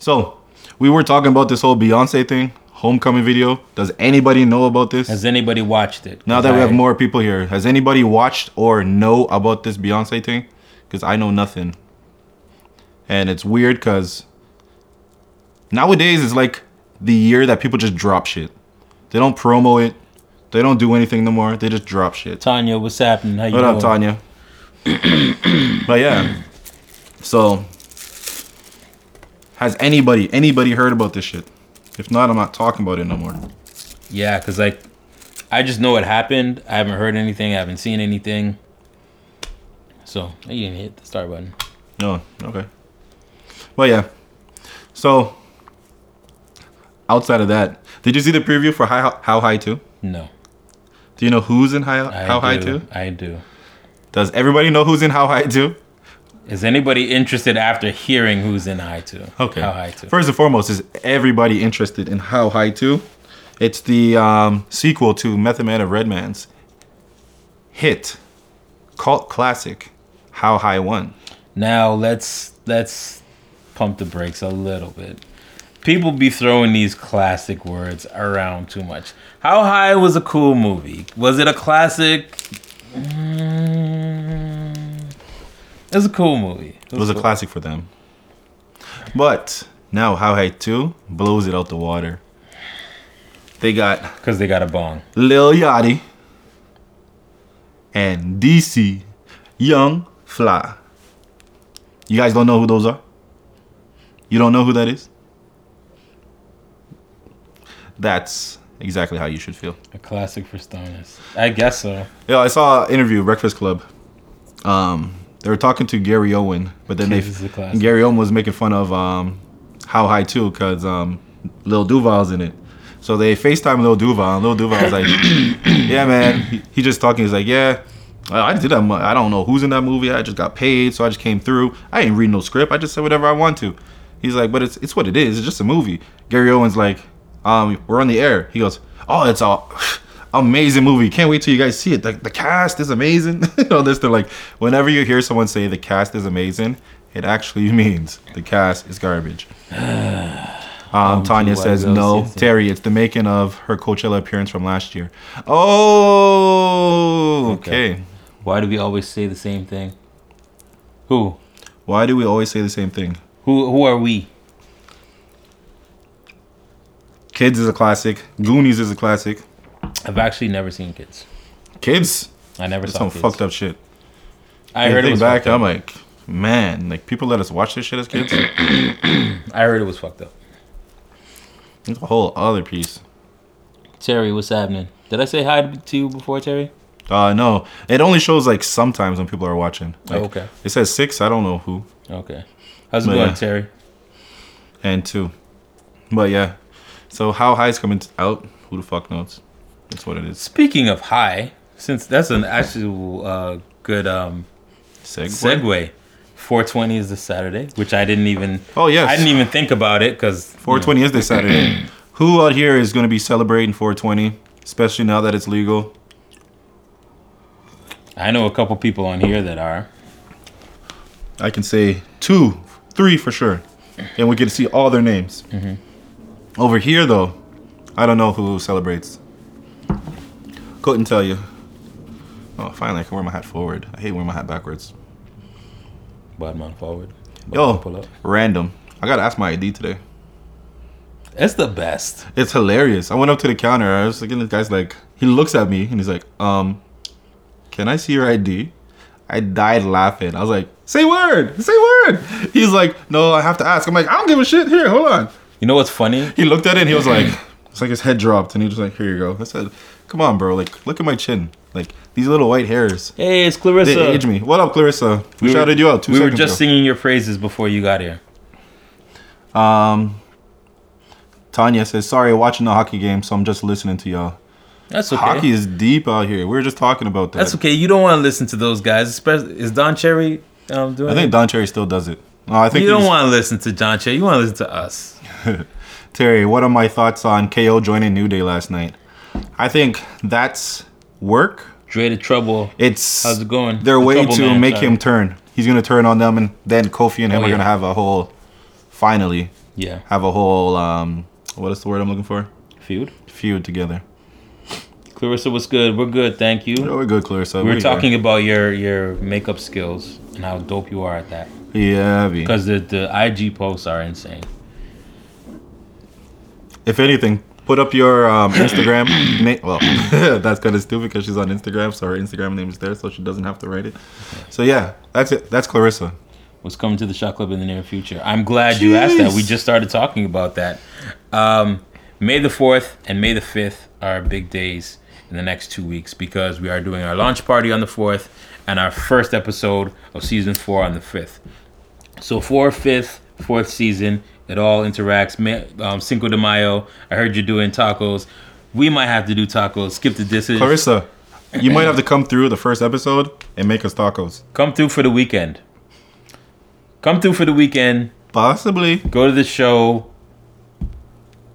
A: So, we were talking about this whole Beyonce thing, homecoming video. Does anybody know about this?
B: Has anybody watched it?
A: Now that we have
B: I-
A: more people here, has anybody watched or know about this Beyonce thing? Because I know nothing. And it's weird because nowadays it's like the year that people just drop shit. They don't promo it. They don't do anything no more. They just drop shit.
B: Tanya, what's happening? How you
A: What
B: doing?
A: up, Tanya? but yeah. So has anybody anybody heard about this shit? If not, I'm not talking about it no more.
B: Yeah, cause like, I just know it happened. I haven't heard anything. I haven't seen anything. So you didn't hit the start button.
A: Oh, okay. Well, yeah. So, outside of that, did you see the preview for High, How High 2?
B: No.
A: Do you know who's in High,
B: I
A: How High
B: do.
A: 2?
B: I do.
A: Does everybody know who's in How High 2?
B: Is anybody interested after hearing who's in I two?
A: Okay.
B: How I two?
A: First and foremost, is everybody interested in How High 2? It's the um, sequel to Method Man of Redman's hit cult classic, How High 1.
B: Now let's let's pump the brakes a little bit. People be throwing these classic words around too much. How High was a cool movie. Was it a classic? Mm, it was a cool movie.
A: It was a classic for them. But now How High 2 blows it out the water. They got
B: because they got a bong.
A: Lil Yachty and DC Young Fly. You guys don't know who those are? You don't know who that is? That's exactly how you should feel.
B: A classic for stoners. I guess so.
A: Yeah, I saw an interview Breakfast Club. Um, they were talking to Gary Owen, but then
B: This is a
A: they
B: classic.
A: Gary Owen was making fun of um, How High too, cause um, Lil Duval's in it. So they Facetime Lil Duval, and Lil Duval was like, "Yeah, man." He, he just talking. He's like, "Yeah, I, I did that. Mu- I don't know who's in that movie. I just got paid, so I just came through. I ain't read no script. I just said whatever I want to." He's like, "But it's it's what it is. It's just a movie." Gary Owen's like, um, "We're on the air." He goes, "Oh, it's a amazing movie. Can't wait till you guys see it. The, the cast is amazing." All this. They're like, whenever you hear someone say the cast is amazing, it actually means the cast is garbage. Um, Tanya
B: White
A: says
B: Girls
A: no.
B: Season."
A: Terry, it's the making of her Coachella appearance from last year. Oh, okay.
B: Okay. Why do we always say the same thing? Who?
A: Why do we always say the same thing?
B: Who? Who are we?
A: Kids is a classic. Goonies is a classic.
B: I've actually never seen kids.
A: Kids,
B: I never
A: that's some
B: saw kids.
A: fucked up shit.
B: I
A: I
B: heard it was
A: back.
B: fucked up.
A: I'm like, man, like people let us watch this shit as kids.
B: I heard it was fucked up.
A: it's a whole other piece.
B: Terry, what's happening? Did I say hi to you before, Terry?
A: Uh, no, it only shows like sometimes when people are watching. Like,
B: Oh, okay.
A: It says six. I don't know who.
B: Okay. How's it
A: But
B: going,
A: yeah.
B: Terry?
A: and two. But yeah, so how high's coming t- out? Who the fuck knows? That's what it is.
B: Speaking of high, since that's an actual uh, good um,
A: Segway.
B: Segway. 420 is this Saturday, which I didn't even.
A: Oh, yes.
B: I didn't even think about it because
A: 420 is this Saturday. Who out here is going to be celebrating 420, especially now that it's legal?
B: I know a couple people on here that are.
A: I can say two, three for sure, and we get to see all their names.
B: Mm-hmm.
A: Over here, though, I don't know who celebrates. Couldn't tell you. Oh, finally, I can wear my hat forward. I hate wearing my hat backwards.
B: Badman forward. Badman
A: Yo,
B: pull up.
A: random. I gotta ask my ID today.
B: It's the best.
A: It's hilarious. I went up to the counter. I was looking at the guy's like, he looks at me and he's like, um, can I see your ID? I died laughing. I was like, say word, say word. He's like, no, I have to ask. I'm like, I don't give a shit. Here, hold on.
B: You know what's funny?
A: He looked at it and he was like, it's like his head dropped and he was like, here you go. I said, come on, bro. Like, look at my chin. Like, these little white hairs.
B: Hey, it's
A: They
B: Clarissa.
A: age me. What up, Clarissa? We,
B: were-
A: shouted you out two
B: we were
A: seconds
B: just
A: ago.
B: singing your praises before you got here.
A: Tanya says, sorry, watching the hockey game, so I'm just listening to y'all.
B: That's okay.
A: Hockey is deep out here. We were just talking about that.
B: That's okay. You don't want to listen to those guys. Especially is Don Cherry um, doing?
A: I think
B: it?
A: Don Cherry still does it. No, I think
B: you don't
A: he's-
B: want to listen to Don Cherry. You want to listen to us.
A: Terry. What are my thoughts on KO joining New Day last night? I think that's work.
B: Dreaded trouble.
A: It's
B: How's it going?
A: Their
B: The
A: way
B: trouble
A: to
B: man,
A: make
B: sorry.
A: him turn. He's gonna turn on them, and then Kofi and him
B: Oh,
A: are
B: yeah.
A: gonna have a whole, finally,
B: Yeah.
A: have a whole um, what is the word I'm looking for?
B: Feud.
A: Feud together.
B: Clarissa, what's good? We're good, thank you.
A: Oh, we're good, Clarissa.
B: We
A: We're
B: were talking about your your makeup skills and how dope you are at that.
A: Yeah, V.
B: Because the the IG posts are insane.
A: If anything, put up your um, Instagram name. Well, that's kind of stupid because she's on Instagram, so her Instagram name is there, so she doesn't have to write it. So yeah, that's it. That's Clarissa.
B: What's coming to the shot club in the near future? I'm glad you asked that.
A: Jeez.
B: We just started talking about that. Um, May the fourth and May the fifth are big days in the next two weeks because we are doing our launch party on the fourth and our first episode of season four on the fifth. So for fifth, fourth season, it all interacts. Ma- Um, Cinco de Mayo. I heard you're doing tacos. We might have to do tacos. Skip the dishes.
A: Clarissa, you might have to come through the first episode and make us tacos.
B: Come through for the weekend. Come through for the weekend.
A: Possibly.
B: Go to the show.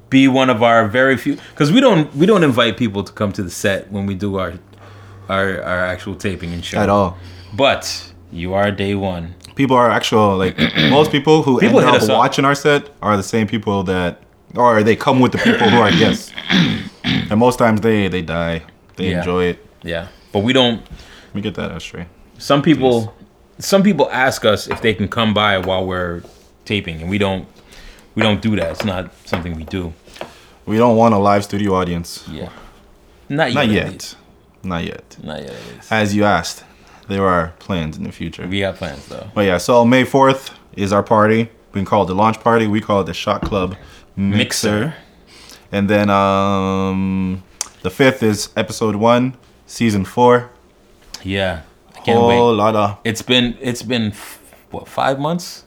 B: Be one of our very few because we don't we don't invite people to come to the set when we do our our, our actual taping and show.
A: At all.
B: But you are day one.
A: People are actual, like, most people who
B: People hit
A: end
B: us
A: up
B: up.
A: watching our set are the same people that, or they come with the people who are guests. And most times they, they die. They
B: Yeah.
A: enjoy it.
B: Yeah. But we don't
A: Let me get that out straight.
B: some people some people ask us if they can come by while we're taping and we don't we don't do that. It's not something we do.
A: We don't want a live studio audience.
B: Yeah. Not yet.
A: Not
B: at
A: yet.
B: least.
A: Not yet.
B: Not yet at least.
A: As you asked, there are plans in the future.
B: We have plans though.
A: But yeah, so May 4th is our party. We can call it the launch party. We call it the Shot Club Mixer.
B: Mixer.
A: And then um, the 5th is episode 1, season Oh, 4.
B: Yeah. I can't wait.
A: Whole lot of
B: It's been it's been f- what five months?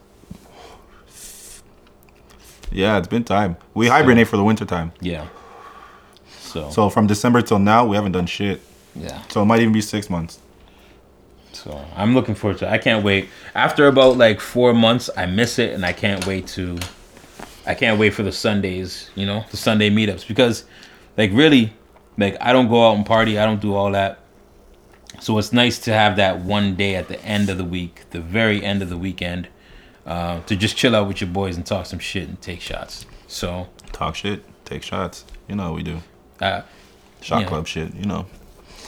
A: yeah, it's been time. We hibernate for the winter time.
B: Yeah. So,
A: So from December till now, we haven't done shit.
B: yeah.
A: So it might even be 6 months.
B: So I'm looking forward to. It. I can't wait. After about like four months, I miss it, and I can't wait to. I can't wait for the Sundays. You know, the Sunday meetups because, like, really, like I don't go out and party. I don't do all that. So it's nice to have that one day at the end of the week, the very end of the weekend, uh, to just chill out with your boys and talk some shit and take shots. So
A: Talk shit, take shots. You know what we do.
B: uh,
A: Shot
B: Yeah.
A: club shit, you know.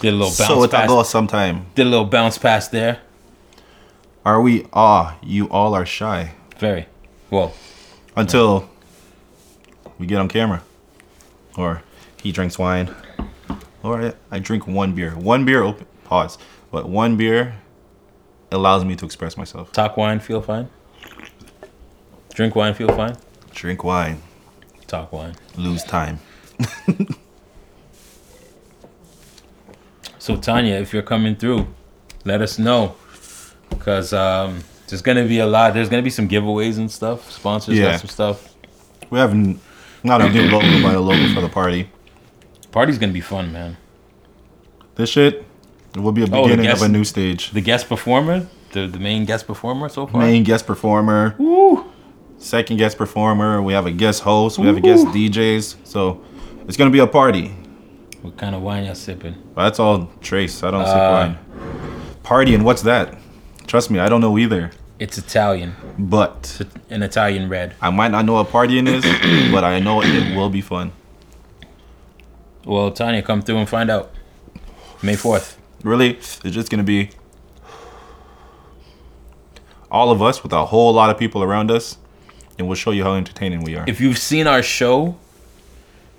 B: did a little bounce
A: So it's
B: pass.
A: go sometime.
B: Did a little bounce pass there.
A: Are we ah, you all are shy
B: Very. Well,
A: until we get on camera or he drinks wine or I- i drink one beer one beer open pause but one beer allows me to express myself
B: talk wine, feel fine. Drink wine, feel fine.
A: drink wine
B: Talk wine.
A: lose time
B: So Tanya, if you're coming through, let us know, cause um, there's gonna be a lot. There's gonna be some giveaways and stuff. Sponsors
A: Yeah.
B: got some stuff.
A: we haven't not a new logo but a logo for the party
B: Party's gonna be fun, man.
A: this shit will be a
B: the
A: beginning of
B: Oh, guest-
A: a new stage
B: The guest performer, the, the main guest performer so far.
A: Main guest performer,
B: Woo!
A: second guest performer. We have a guest host. We have a guest DJs. So it's gonna be a party.
B: What kind of wine y'all sipping?
A: But that's all Trace. I don't sip
B: Uh,
A: wine. Party and what's that? Trust me, I don't know either.
B: It's Italian.
A: But
B: It's an Italian red.
A: I might not know what partying is, but I know it will be fun.
B: Well, Tanya, come through and find out. May 4th.
A: Really, it's just gonna be all of us with a whole lot of people around us, and we'll show you how entertaining we are.
B: If you've seen our show,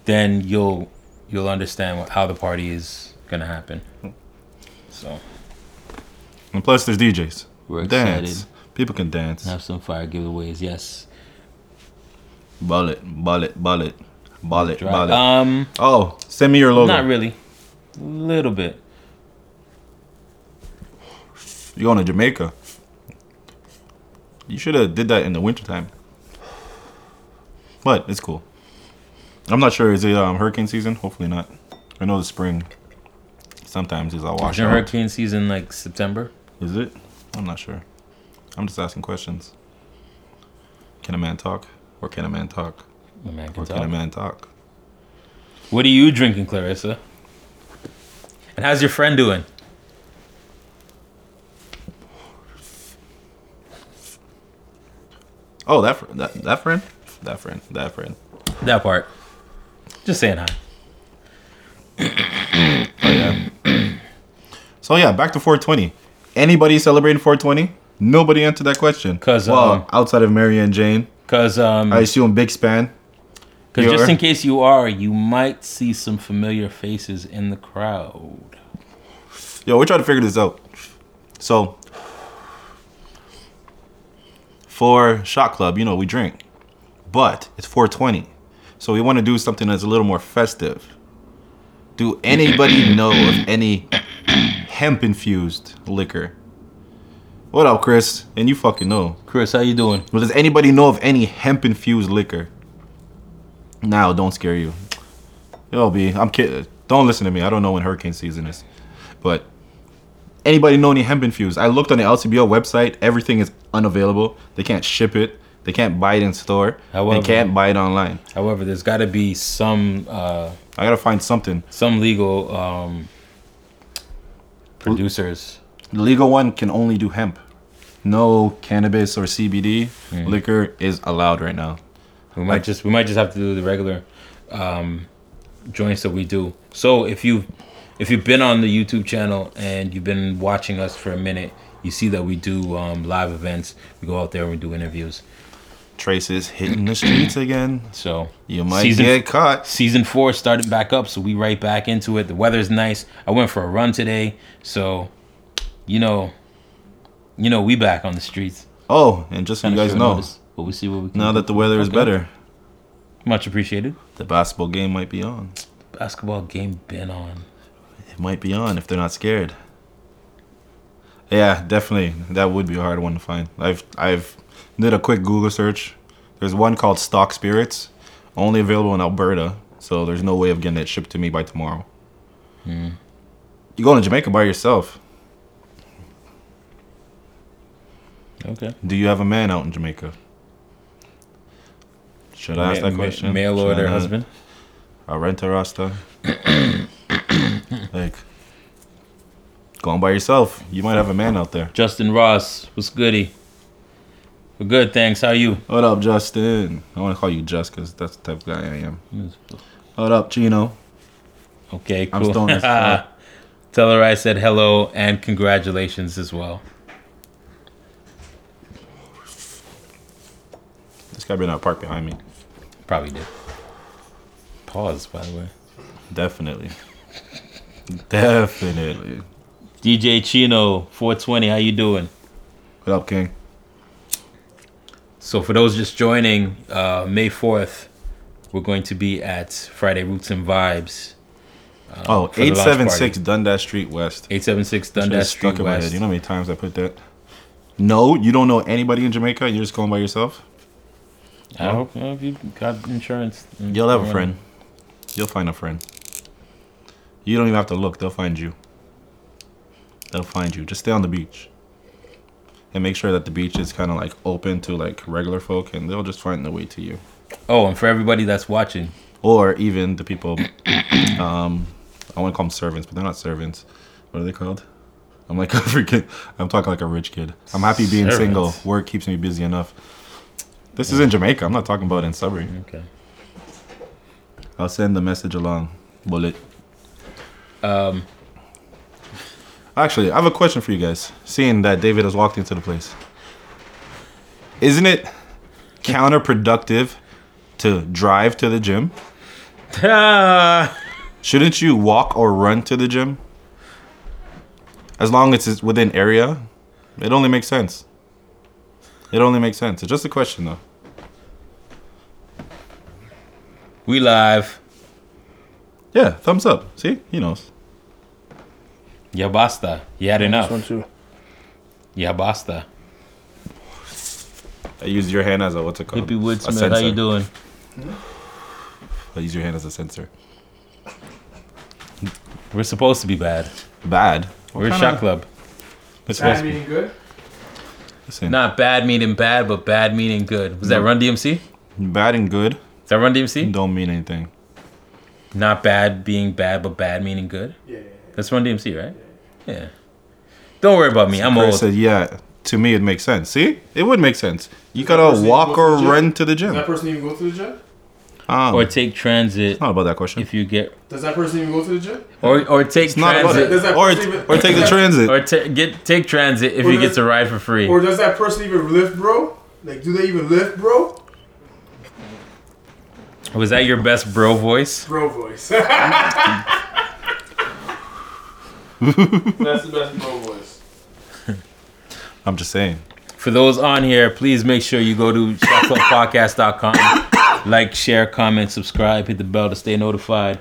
B: then you'll you'll understand what, how the party is gonna happen. So
A: And plus, there's DJs.
B: We're
A: dance.
B: excited.
A: People can dance.
B: have some fire giveaways. Yes.
A: Ball it, ball it, ball it, ball it, ball it.
B: Um,
A: oh, send me your logo.
B: not really. Little bit.
A: You're going to Jamaica. You should have did that in the wintertime. But it's cool. I'm not sure. Is it um, hurricane season? Hopefully not. I know the spring. Sometimes is I watch.
B: Isn't hurricane season like September?
A: Is it? I'm not sure. I'm just asking questions. Can a man talk? Or can a man talk?
B: The man can
A: Or
B: talk.
A: can a man talk?
B: What are you drinking, Clarissa? And how's your friend doing?
A: Oh, that fr- that that friend, that friend, that friend.
B: That part. Just saying hi.
A: So yeah, back to 420. Anybody celebrating 420? Nobody answered that question.
B: 'Cause,
A: well,
B: um,
A: outside of Mary and Jane,
B: Cause um,
A: I assume Big Span.
B: Because
A: You
B: just
A: are?
B: in case you are, you might see some familiar faces in the crowd.
A: Yo, we're trying to figure this out. So, for Shot Club, you know we drink, but it's 420, so we want to do something that's a little more festive. Do anybody know of any hemp-infused liquor? What up, Chris? And you fucking know.
B: Chris, how you doing?
A: Well, does anybody know of any hemp infused liquor? Now, don't scare you. It'll be. I'm kidding. Don't listen to me. I don't know when hurricane season is. But anybody know any hemp infused? I looked on the LCBO website. Everything is unavailable. They can't ship it. They can't buy it in store.
B: However-
A: they can't buy it online.
B: However, there's got to be some uh,
A: I gotta find something.
B: some legal um, producers.
A: The legal one can only do hemp. No cannabis or CBD liquor is allowed right now.
B: We might just we might just have to do the regular um, joints that we do. So if you if you've been on the YouTube channel and you've been watching us for a minute, you see that we do um, live events. We go out there and we do interviews.
A: Trace is hitting the streets again.
B: So
A: You might
B: season-
A: get caught.
B: season four started back up, so we right back into it. The weather's nice. I went for a run today, so you know, you know, we back on the streets.
A: Oh, and just so you
B: Kinda
A: guys
B: short
A: know,
B: notice, but we see what we can.
A: now
B: do.
A: that the weather is
B: Okay.
A: better,
B: much appreciated.
A: the basketball game might be on.
B: Basketball game been on.
A: It might be on if they're not scared. Yeah, definitely. That would be a hard one to find. I've I've did a quick Google search. There's one called Stock Spirits, only available in Alberta, so there's no way of getting it shipped to me by tomorrow.
B: Hmm.
A: You going to Jamaica by yourself?
B: Okay.
A: Do you have a man out in Jamaica? Should I ask that question?
B: Mail
A: Should I
B: order
A: not?
B: husband.
A: I rent a Rasta. like, going by yourself, you might have a man out there.
B: Justin Ross, what's goody? We're good, thanks. How you?
A: What up, Justin? I want to call you Just because that's the type of guy I am. What up, Chino?
B: Okay, cool.
A: I'm stoned as fuck.
B: Tell her I said hello and congratulations as well.
A: This guy been out parked behind me.
B: Probably did. Pause, by the way.
A: Definitely. Definitely.
B: DJ Chino 420, how you doing?
A: What up, King?
B: So for those just joining, uh, May 4th, we're going to be at Friday Roots and Vibes,
A: Oh,
B: the launch
A: 876 Dundas Street West.
B: 876 Dundas
A: That's
B: Street
A: stuck in my head.
B: West.
A: You know how many times I put that? No, you don't know anybody in Jamaica. You're just going by yourself.
B: I hope you know, if you got insurance. mm,
A: You'll have a
B: run.
A: friend. You'll find a friend. You don't even have to look. They'll find you. They'll find you. Just stay on the beach. and make sure that the beach is kind of like open to like regular folk, and they'll just find the way to you.
B: Oh, and for everybody that's watching,
A: Or even the people, um, I want to call them servants, but they're not servants. What are they called? I'm like a freaking. I'm talking like a rich kid. I'm happy being single.
B: Servants.
A: Work keeps me busy enough. This is in Jamaica. I'm not talking about in Sudbury.
B: okay.
A: I'll send the message along. Bullet.
B: Um,
A: Actually, I have a question for you guys. Seeing that David has walked into the place, isn't it counterproductive to drive to the gym? Shouldn't you walk or run to the gym? As long as it's within area, it only makes sense. It only makes sense. It's just a question, though.
B: we live.
A: Yeah, thumbs up. See, he knows.
B: Ya basta. You had
C: This one
B: enough.
C: too.
B: Ya basta.
A: I use your hand as a what's it called?
B: Hippie
A: A
B: Woodsmith, how
A: sensor.
B: you doing?
A: I use your hand as a sensor.
B: We're supposed to be bad.
A: Bad. What
B: We're a
A: kinda-
B: shot club.
A: It's supposed
D: Bad
A: to be-
D: meaning good.
A: listen,
B: Not bad meaning bad, but bad meaning good. Was that Run DMC? Is
A: Bad and good
B: that Run DMC?
A: don't mean anything.
B: Not bad being bad, but bad meaning good.
D: Yeah, yeah,
B: That's Run DMC, right? Yeah. Don't worry about me. I'm
A: Chris
B: old.
A: said, "Yeah, to me it makes sense. See, it would make sense. You
D: that
A: gotta
D: person
A: walk
D: go
A: or
D: to the gym?
A: run to the
D: yeah. Does
A: gym."
D: that person even go to the gym?
A: Um,
B: Or
A: it's
B: take transit
A: not about that question.
B: if you get,
D: Does that person even go to the gym?
B: or or take
A: It's not about
B: transit,
A: it.
D: Does that
A: Or,
D: person even-
A: or take the
D: does that-
A: transit.
B: or ta- get take transit if
D: Or
B: you get
D: does-
B: to ride for free.
D: Or does that person even lift, bro? Like, do they even lift, bro?
B: Was that your best bro voice?
D: Bro voice. That's the best bro voice.
A: I'm just saying.
B: For those on here, please make sure you go to shotclubpodcast.com. like, share, comment, subscribe, hit the bell to stay notified.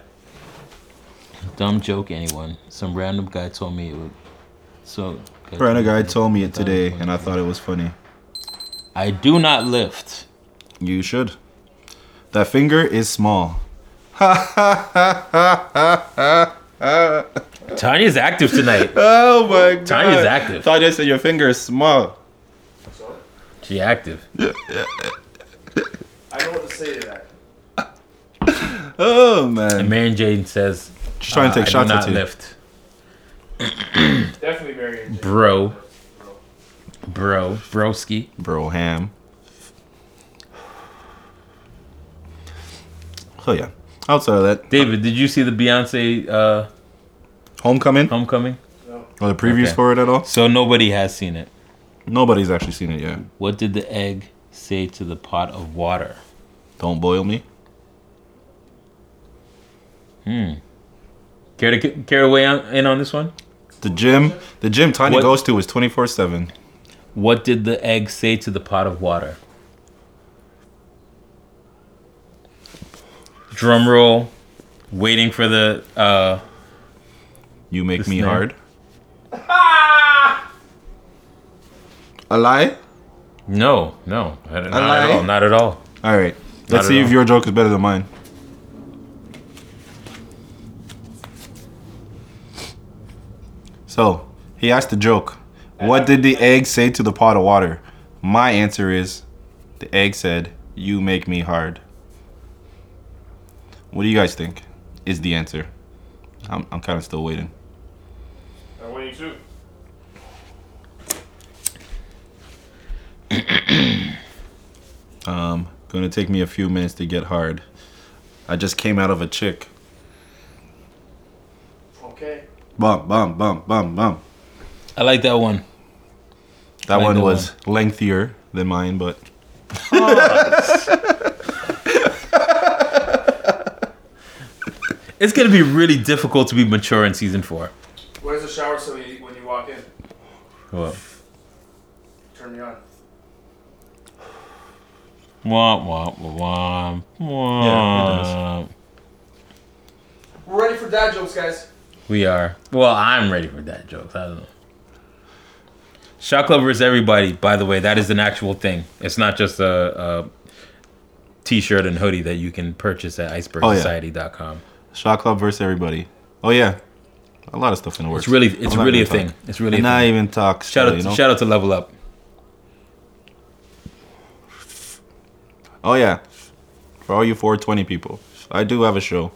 B: Dumb joke, anyone. Some random guy told me it would. So,
A: Random guy told me it today, and I thought it was funny.
B: I do not lift.
A: You should. That finger is small.
B: Tanya's active tonight.
A: Oh my god.
B: Tanya's active.
A: Tanya said your finger is small.
B: She active.
C: I know what to say to that.
A: Oh man.
B: And Mary Jane says,
A: She's trying to take
B: uh, I do
A: shots
B: not
A: at you.
B: lift.
C: Definitely Marion.
B: Bro. Bro. Broski.
A: Bro ham. So yeah. Outside of that,
B: David, did you see the Beyonce uh,
A: homecoming
B: homecoming?
A: or the previews
B: Okay.
A: for it at all?
B: So nobody has seen it.
A: Nobody's actually seen it yet.
B: What did the egg say to the pot of water?
A: Don't boil me.
B: Care to ca- care to weigh on, in on this one?
A: The gym, the gym Tanya
B: What-
A: goes to is 24 seven.
B: What did the egg say to the pot of water? Drum roll, waiting for the. Uh,
A: You make
B: This
A: me
B: man.
A: hard. A lie?
B: no, no, I don't- not
A: lie?
B: at all, not at all.
A: All right. Let's
B: at
A: see if
B: all.
A: your joke is better than mine. So he asked the joke. What did the egg say to the pot of water? My answer is, the egg said, "You make me hard." What do you guys think? Is the answer? I'm, I'm kind of still waiting.
C: I'm waiting too.
A: Um, gonna take me a few minutes to get hard. I just came out of a chick.
C: Okay.
A: Bum bum bum bum bum.
B: I like that one.
A: That
B: Like
A: one
B: the
A: was lengthier than mine, but
B: It's gonna be really difficult to be mature in season four.
C: Where's the shower so you, when you walk in?
B: Well,
C: Turn me on.
B: womp womp womp
A: Yeah,
B: womp.
C: We're ready for dad jokes, guys.
B: We are. Well, I'm ready for that joke. I don't know. Shot Club versus everybody. By the way, that is an actual thing. It's not just a, a t-shirt and hoodie that you can purchase at icebergsociety.com.
A: Shot Club versus everybody. Oh yeah, a lot of stuff in the works.
B: It's really, it's
A: I'm not
B: really a
A: gonna
B: thing.
A: talk.
B: It's really a
A: And I
B: thing.
A: even talk.
B: Shout
A: still,
B: out,
A: you know?
B: shout out to Level Up.
A: Oh yeah, for all you 420 people, I do have a show.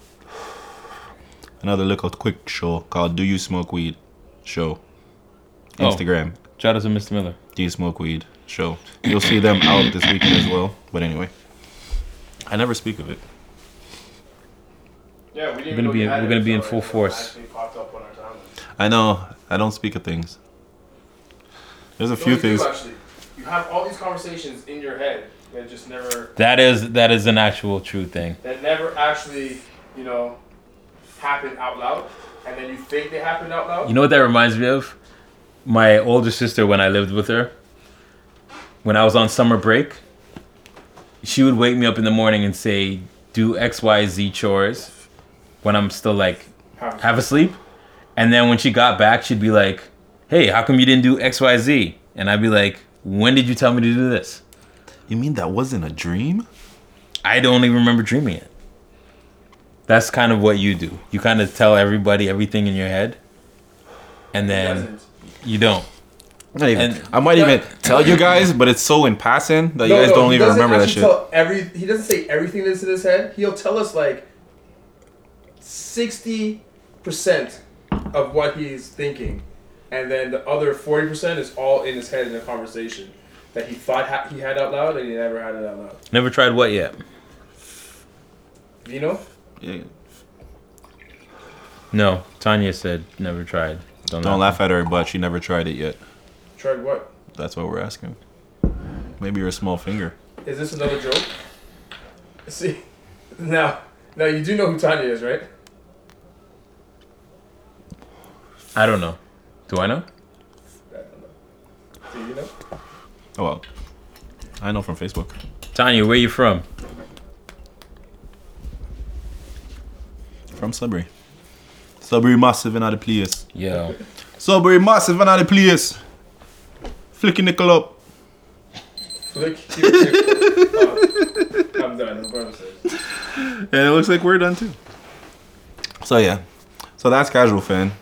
A: Another little quick show called "Do You Smoke Weed?" Show.
B: Oh.
A: Instagram.
B: Shout out to Mr. Miller.
A: Do you smoke weed? Show. You'll see them out this weekend as well. But anyway, I never speak of it.
C: Yeah, we didn't
B: gonna
C: know
B: be
C: you
B: in-
C: had
B: we're
C: it
B: gonna be in
C: until
B: full
C: it
B: force.
C: actually popped up on our timeline.
A: I know. I don't speak of things. There's a
C: No,
A: few
C: you do,
A: things.
C: actually. You have all these conversations in your head that just never,
B: That is that is an actual true thing.
C: that never actually, you know, happen out loud, and then you think they happened out loud.
B: You know what that reminds me of? My older sister when I lived with her. When I was on summer break, she would wake me up in the morning and say, "Do X, Y, Z chores." When I'm still like
C: Have-
B: half asleep, and then when she got back, she'd be like, "Hey, how come you didn't do X, Y, Z?" And I'd be like, "When did you tell me to do this?"
A: You mean that wasn't a dream?
B: I don't even remember dreaming it. That's kind of what you do. You kind of tell everybody everything in your head, and then
C: doesn't.
B: you don't.
A: Not even.
B: And-
A: I might
C: Yeah.
A: even tell you guys, but it's so in passing that you guys don't
C: he
A: even
C: doesn't
A: remember that
C: actually
A: shit.
C: Tell every, he doesn't say everything that's in his head. He'll tell us like sixty percent of what he's thinking, and then the other forty percent is all in his head in a conversation that he thought ha- he had out loud and he never had it out loud.
B: Never tried what yet?
C: You know?
A: Yeah.
B: No. Tanya said never tried. Don't,
A: Don't laugh at her, but she never tried it yet.
C: Tried what?
A: That's what we're asking. Maybe your small finger.
C: Is this another joke? See, now, now you do know who Tanya is, right?
B: I don't know. Do I know?
C: I don't know. Do you know?
A: Oh well. I know from Facebook.
B: Tanya, where you from?
A: From Sudbury. Sudbury massive and out of place.
B: Yo.
A: Sudbury massive and out of place. Flicking nickel up.
C: Flick. Oh, I'm done. I'm promise.
A: And it looks like we're done too. So yeah. So that's casual fan.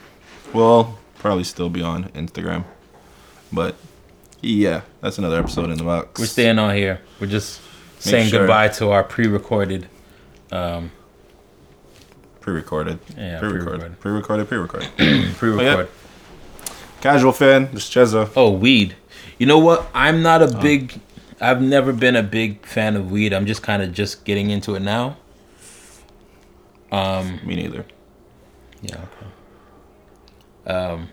A: We'll probably still be on Instagram. But yeah, that's another episode in the box.
B: We're staying on here. We're just saying
A: sure.
B: goodbye to our pre-recorded. Um,
A: pre-recorded.
B: Yeah,
A: pre-recorded. Pre-recorded, pre-recorded.
B: pre-record.
A: Casual fan, this is Chezza.
B: Oh, weed. You know what? I'm not a big. I've never been a big fan of weed. I'm just kind of just getting into it now. Um.
A: Me neither.
B: Yeah. Okay. Um,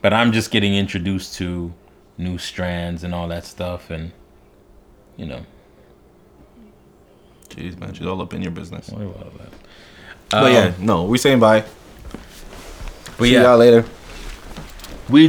B: but I'm just getting introduced to new strands and all that stuff, and you know,
A: Jeez, man, she's all up in your business.
B: worry about all that.
A: but
B: Um,
A: yeah, no, we saying bye.
B: but
A: See
B: yeah,
A: y'all later.
B: we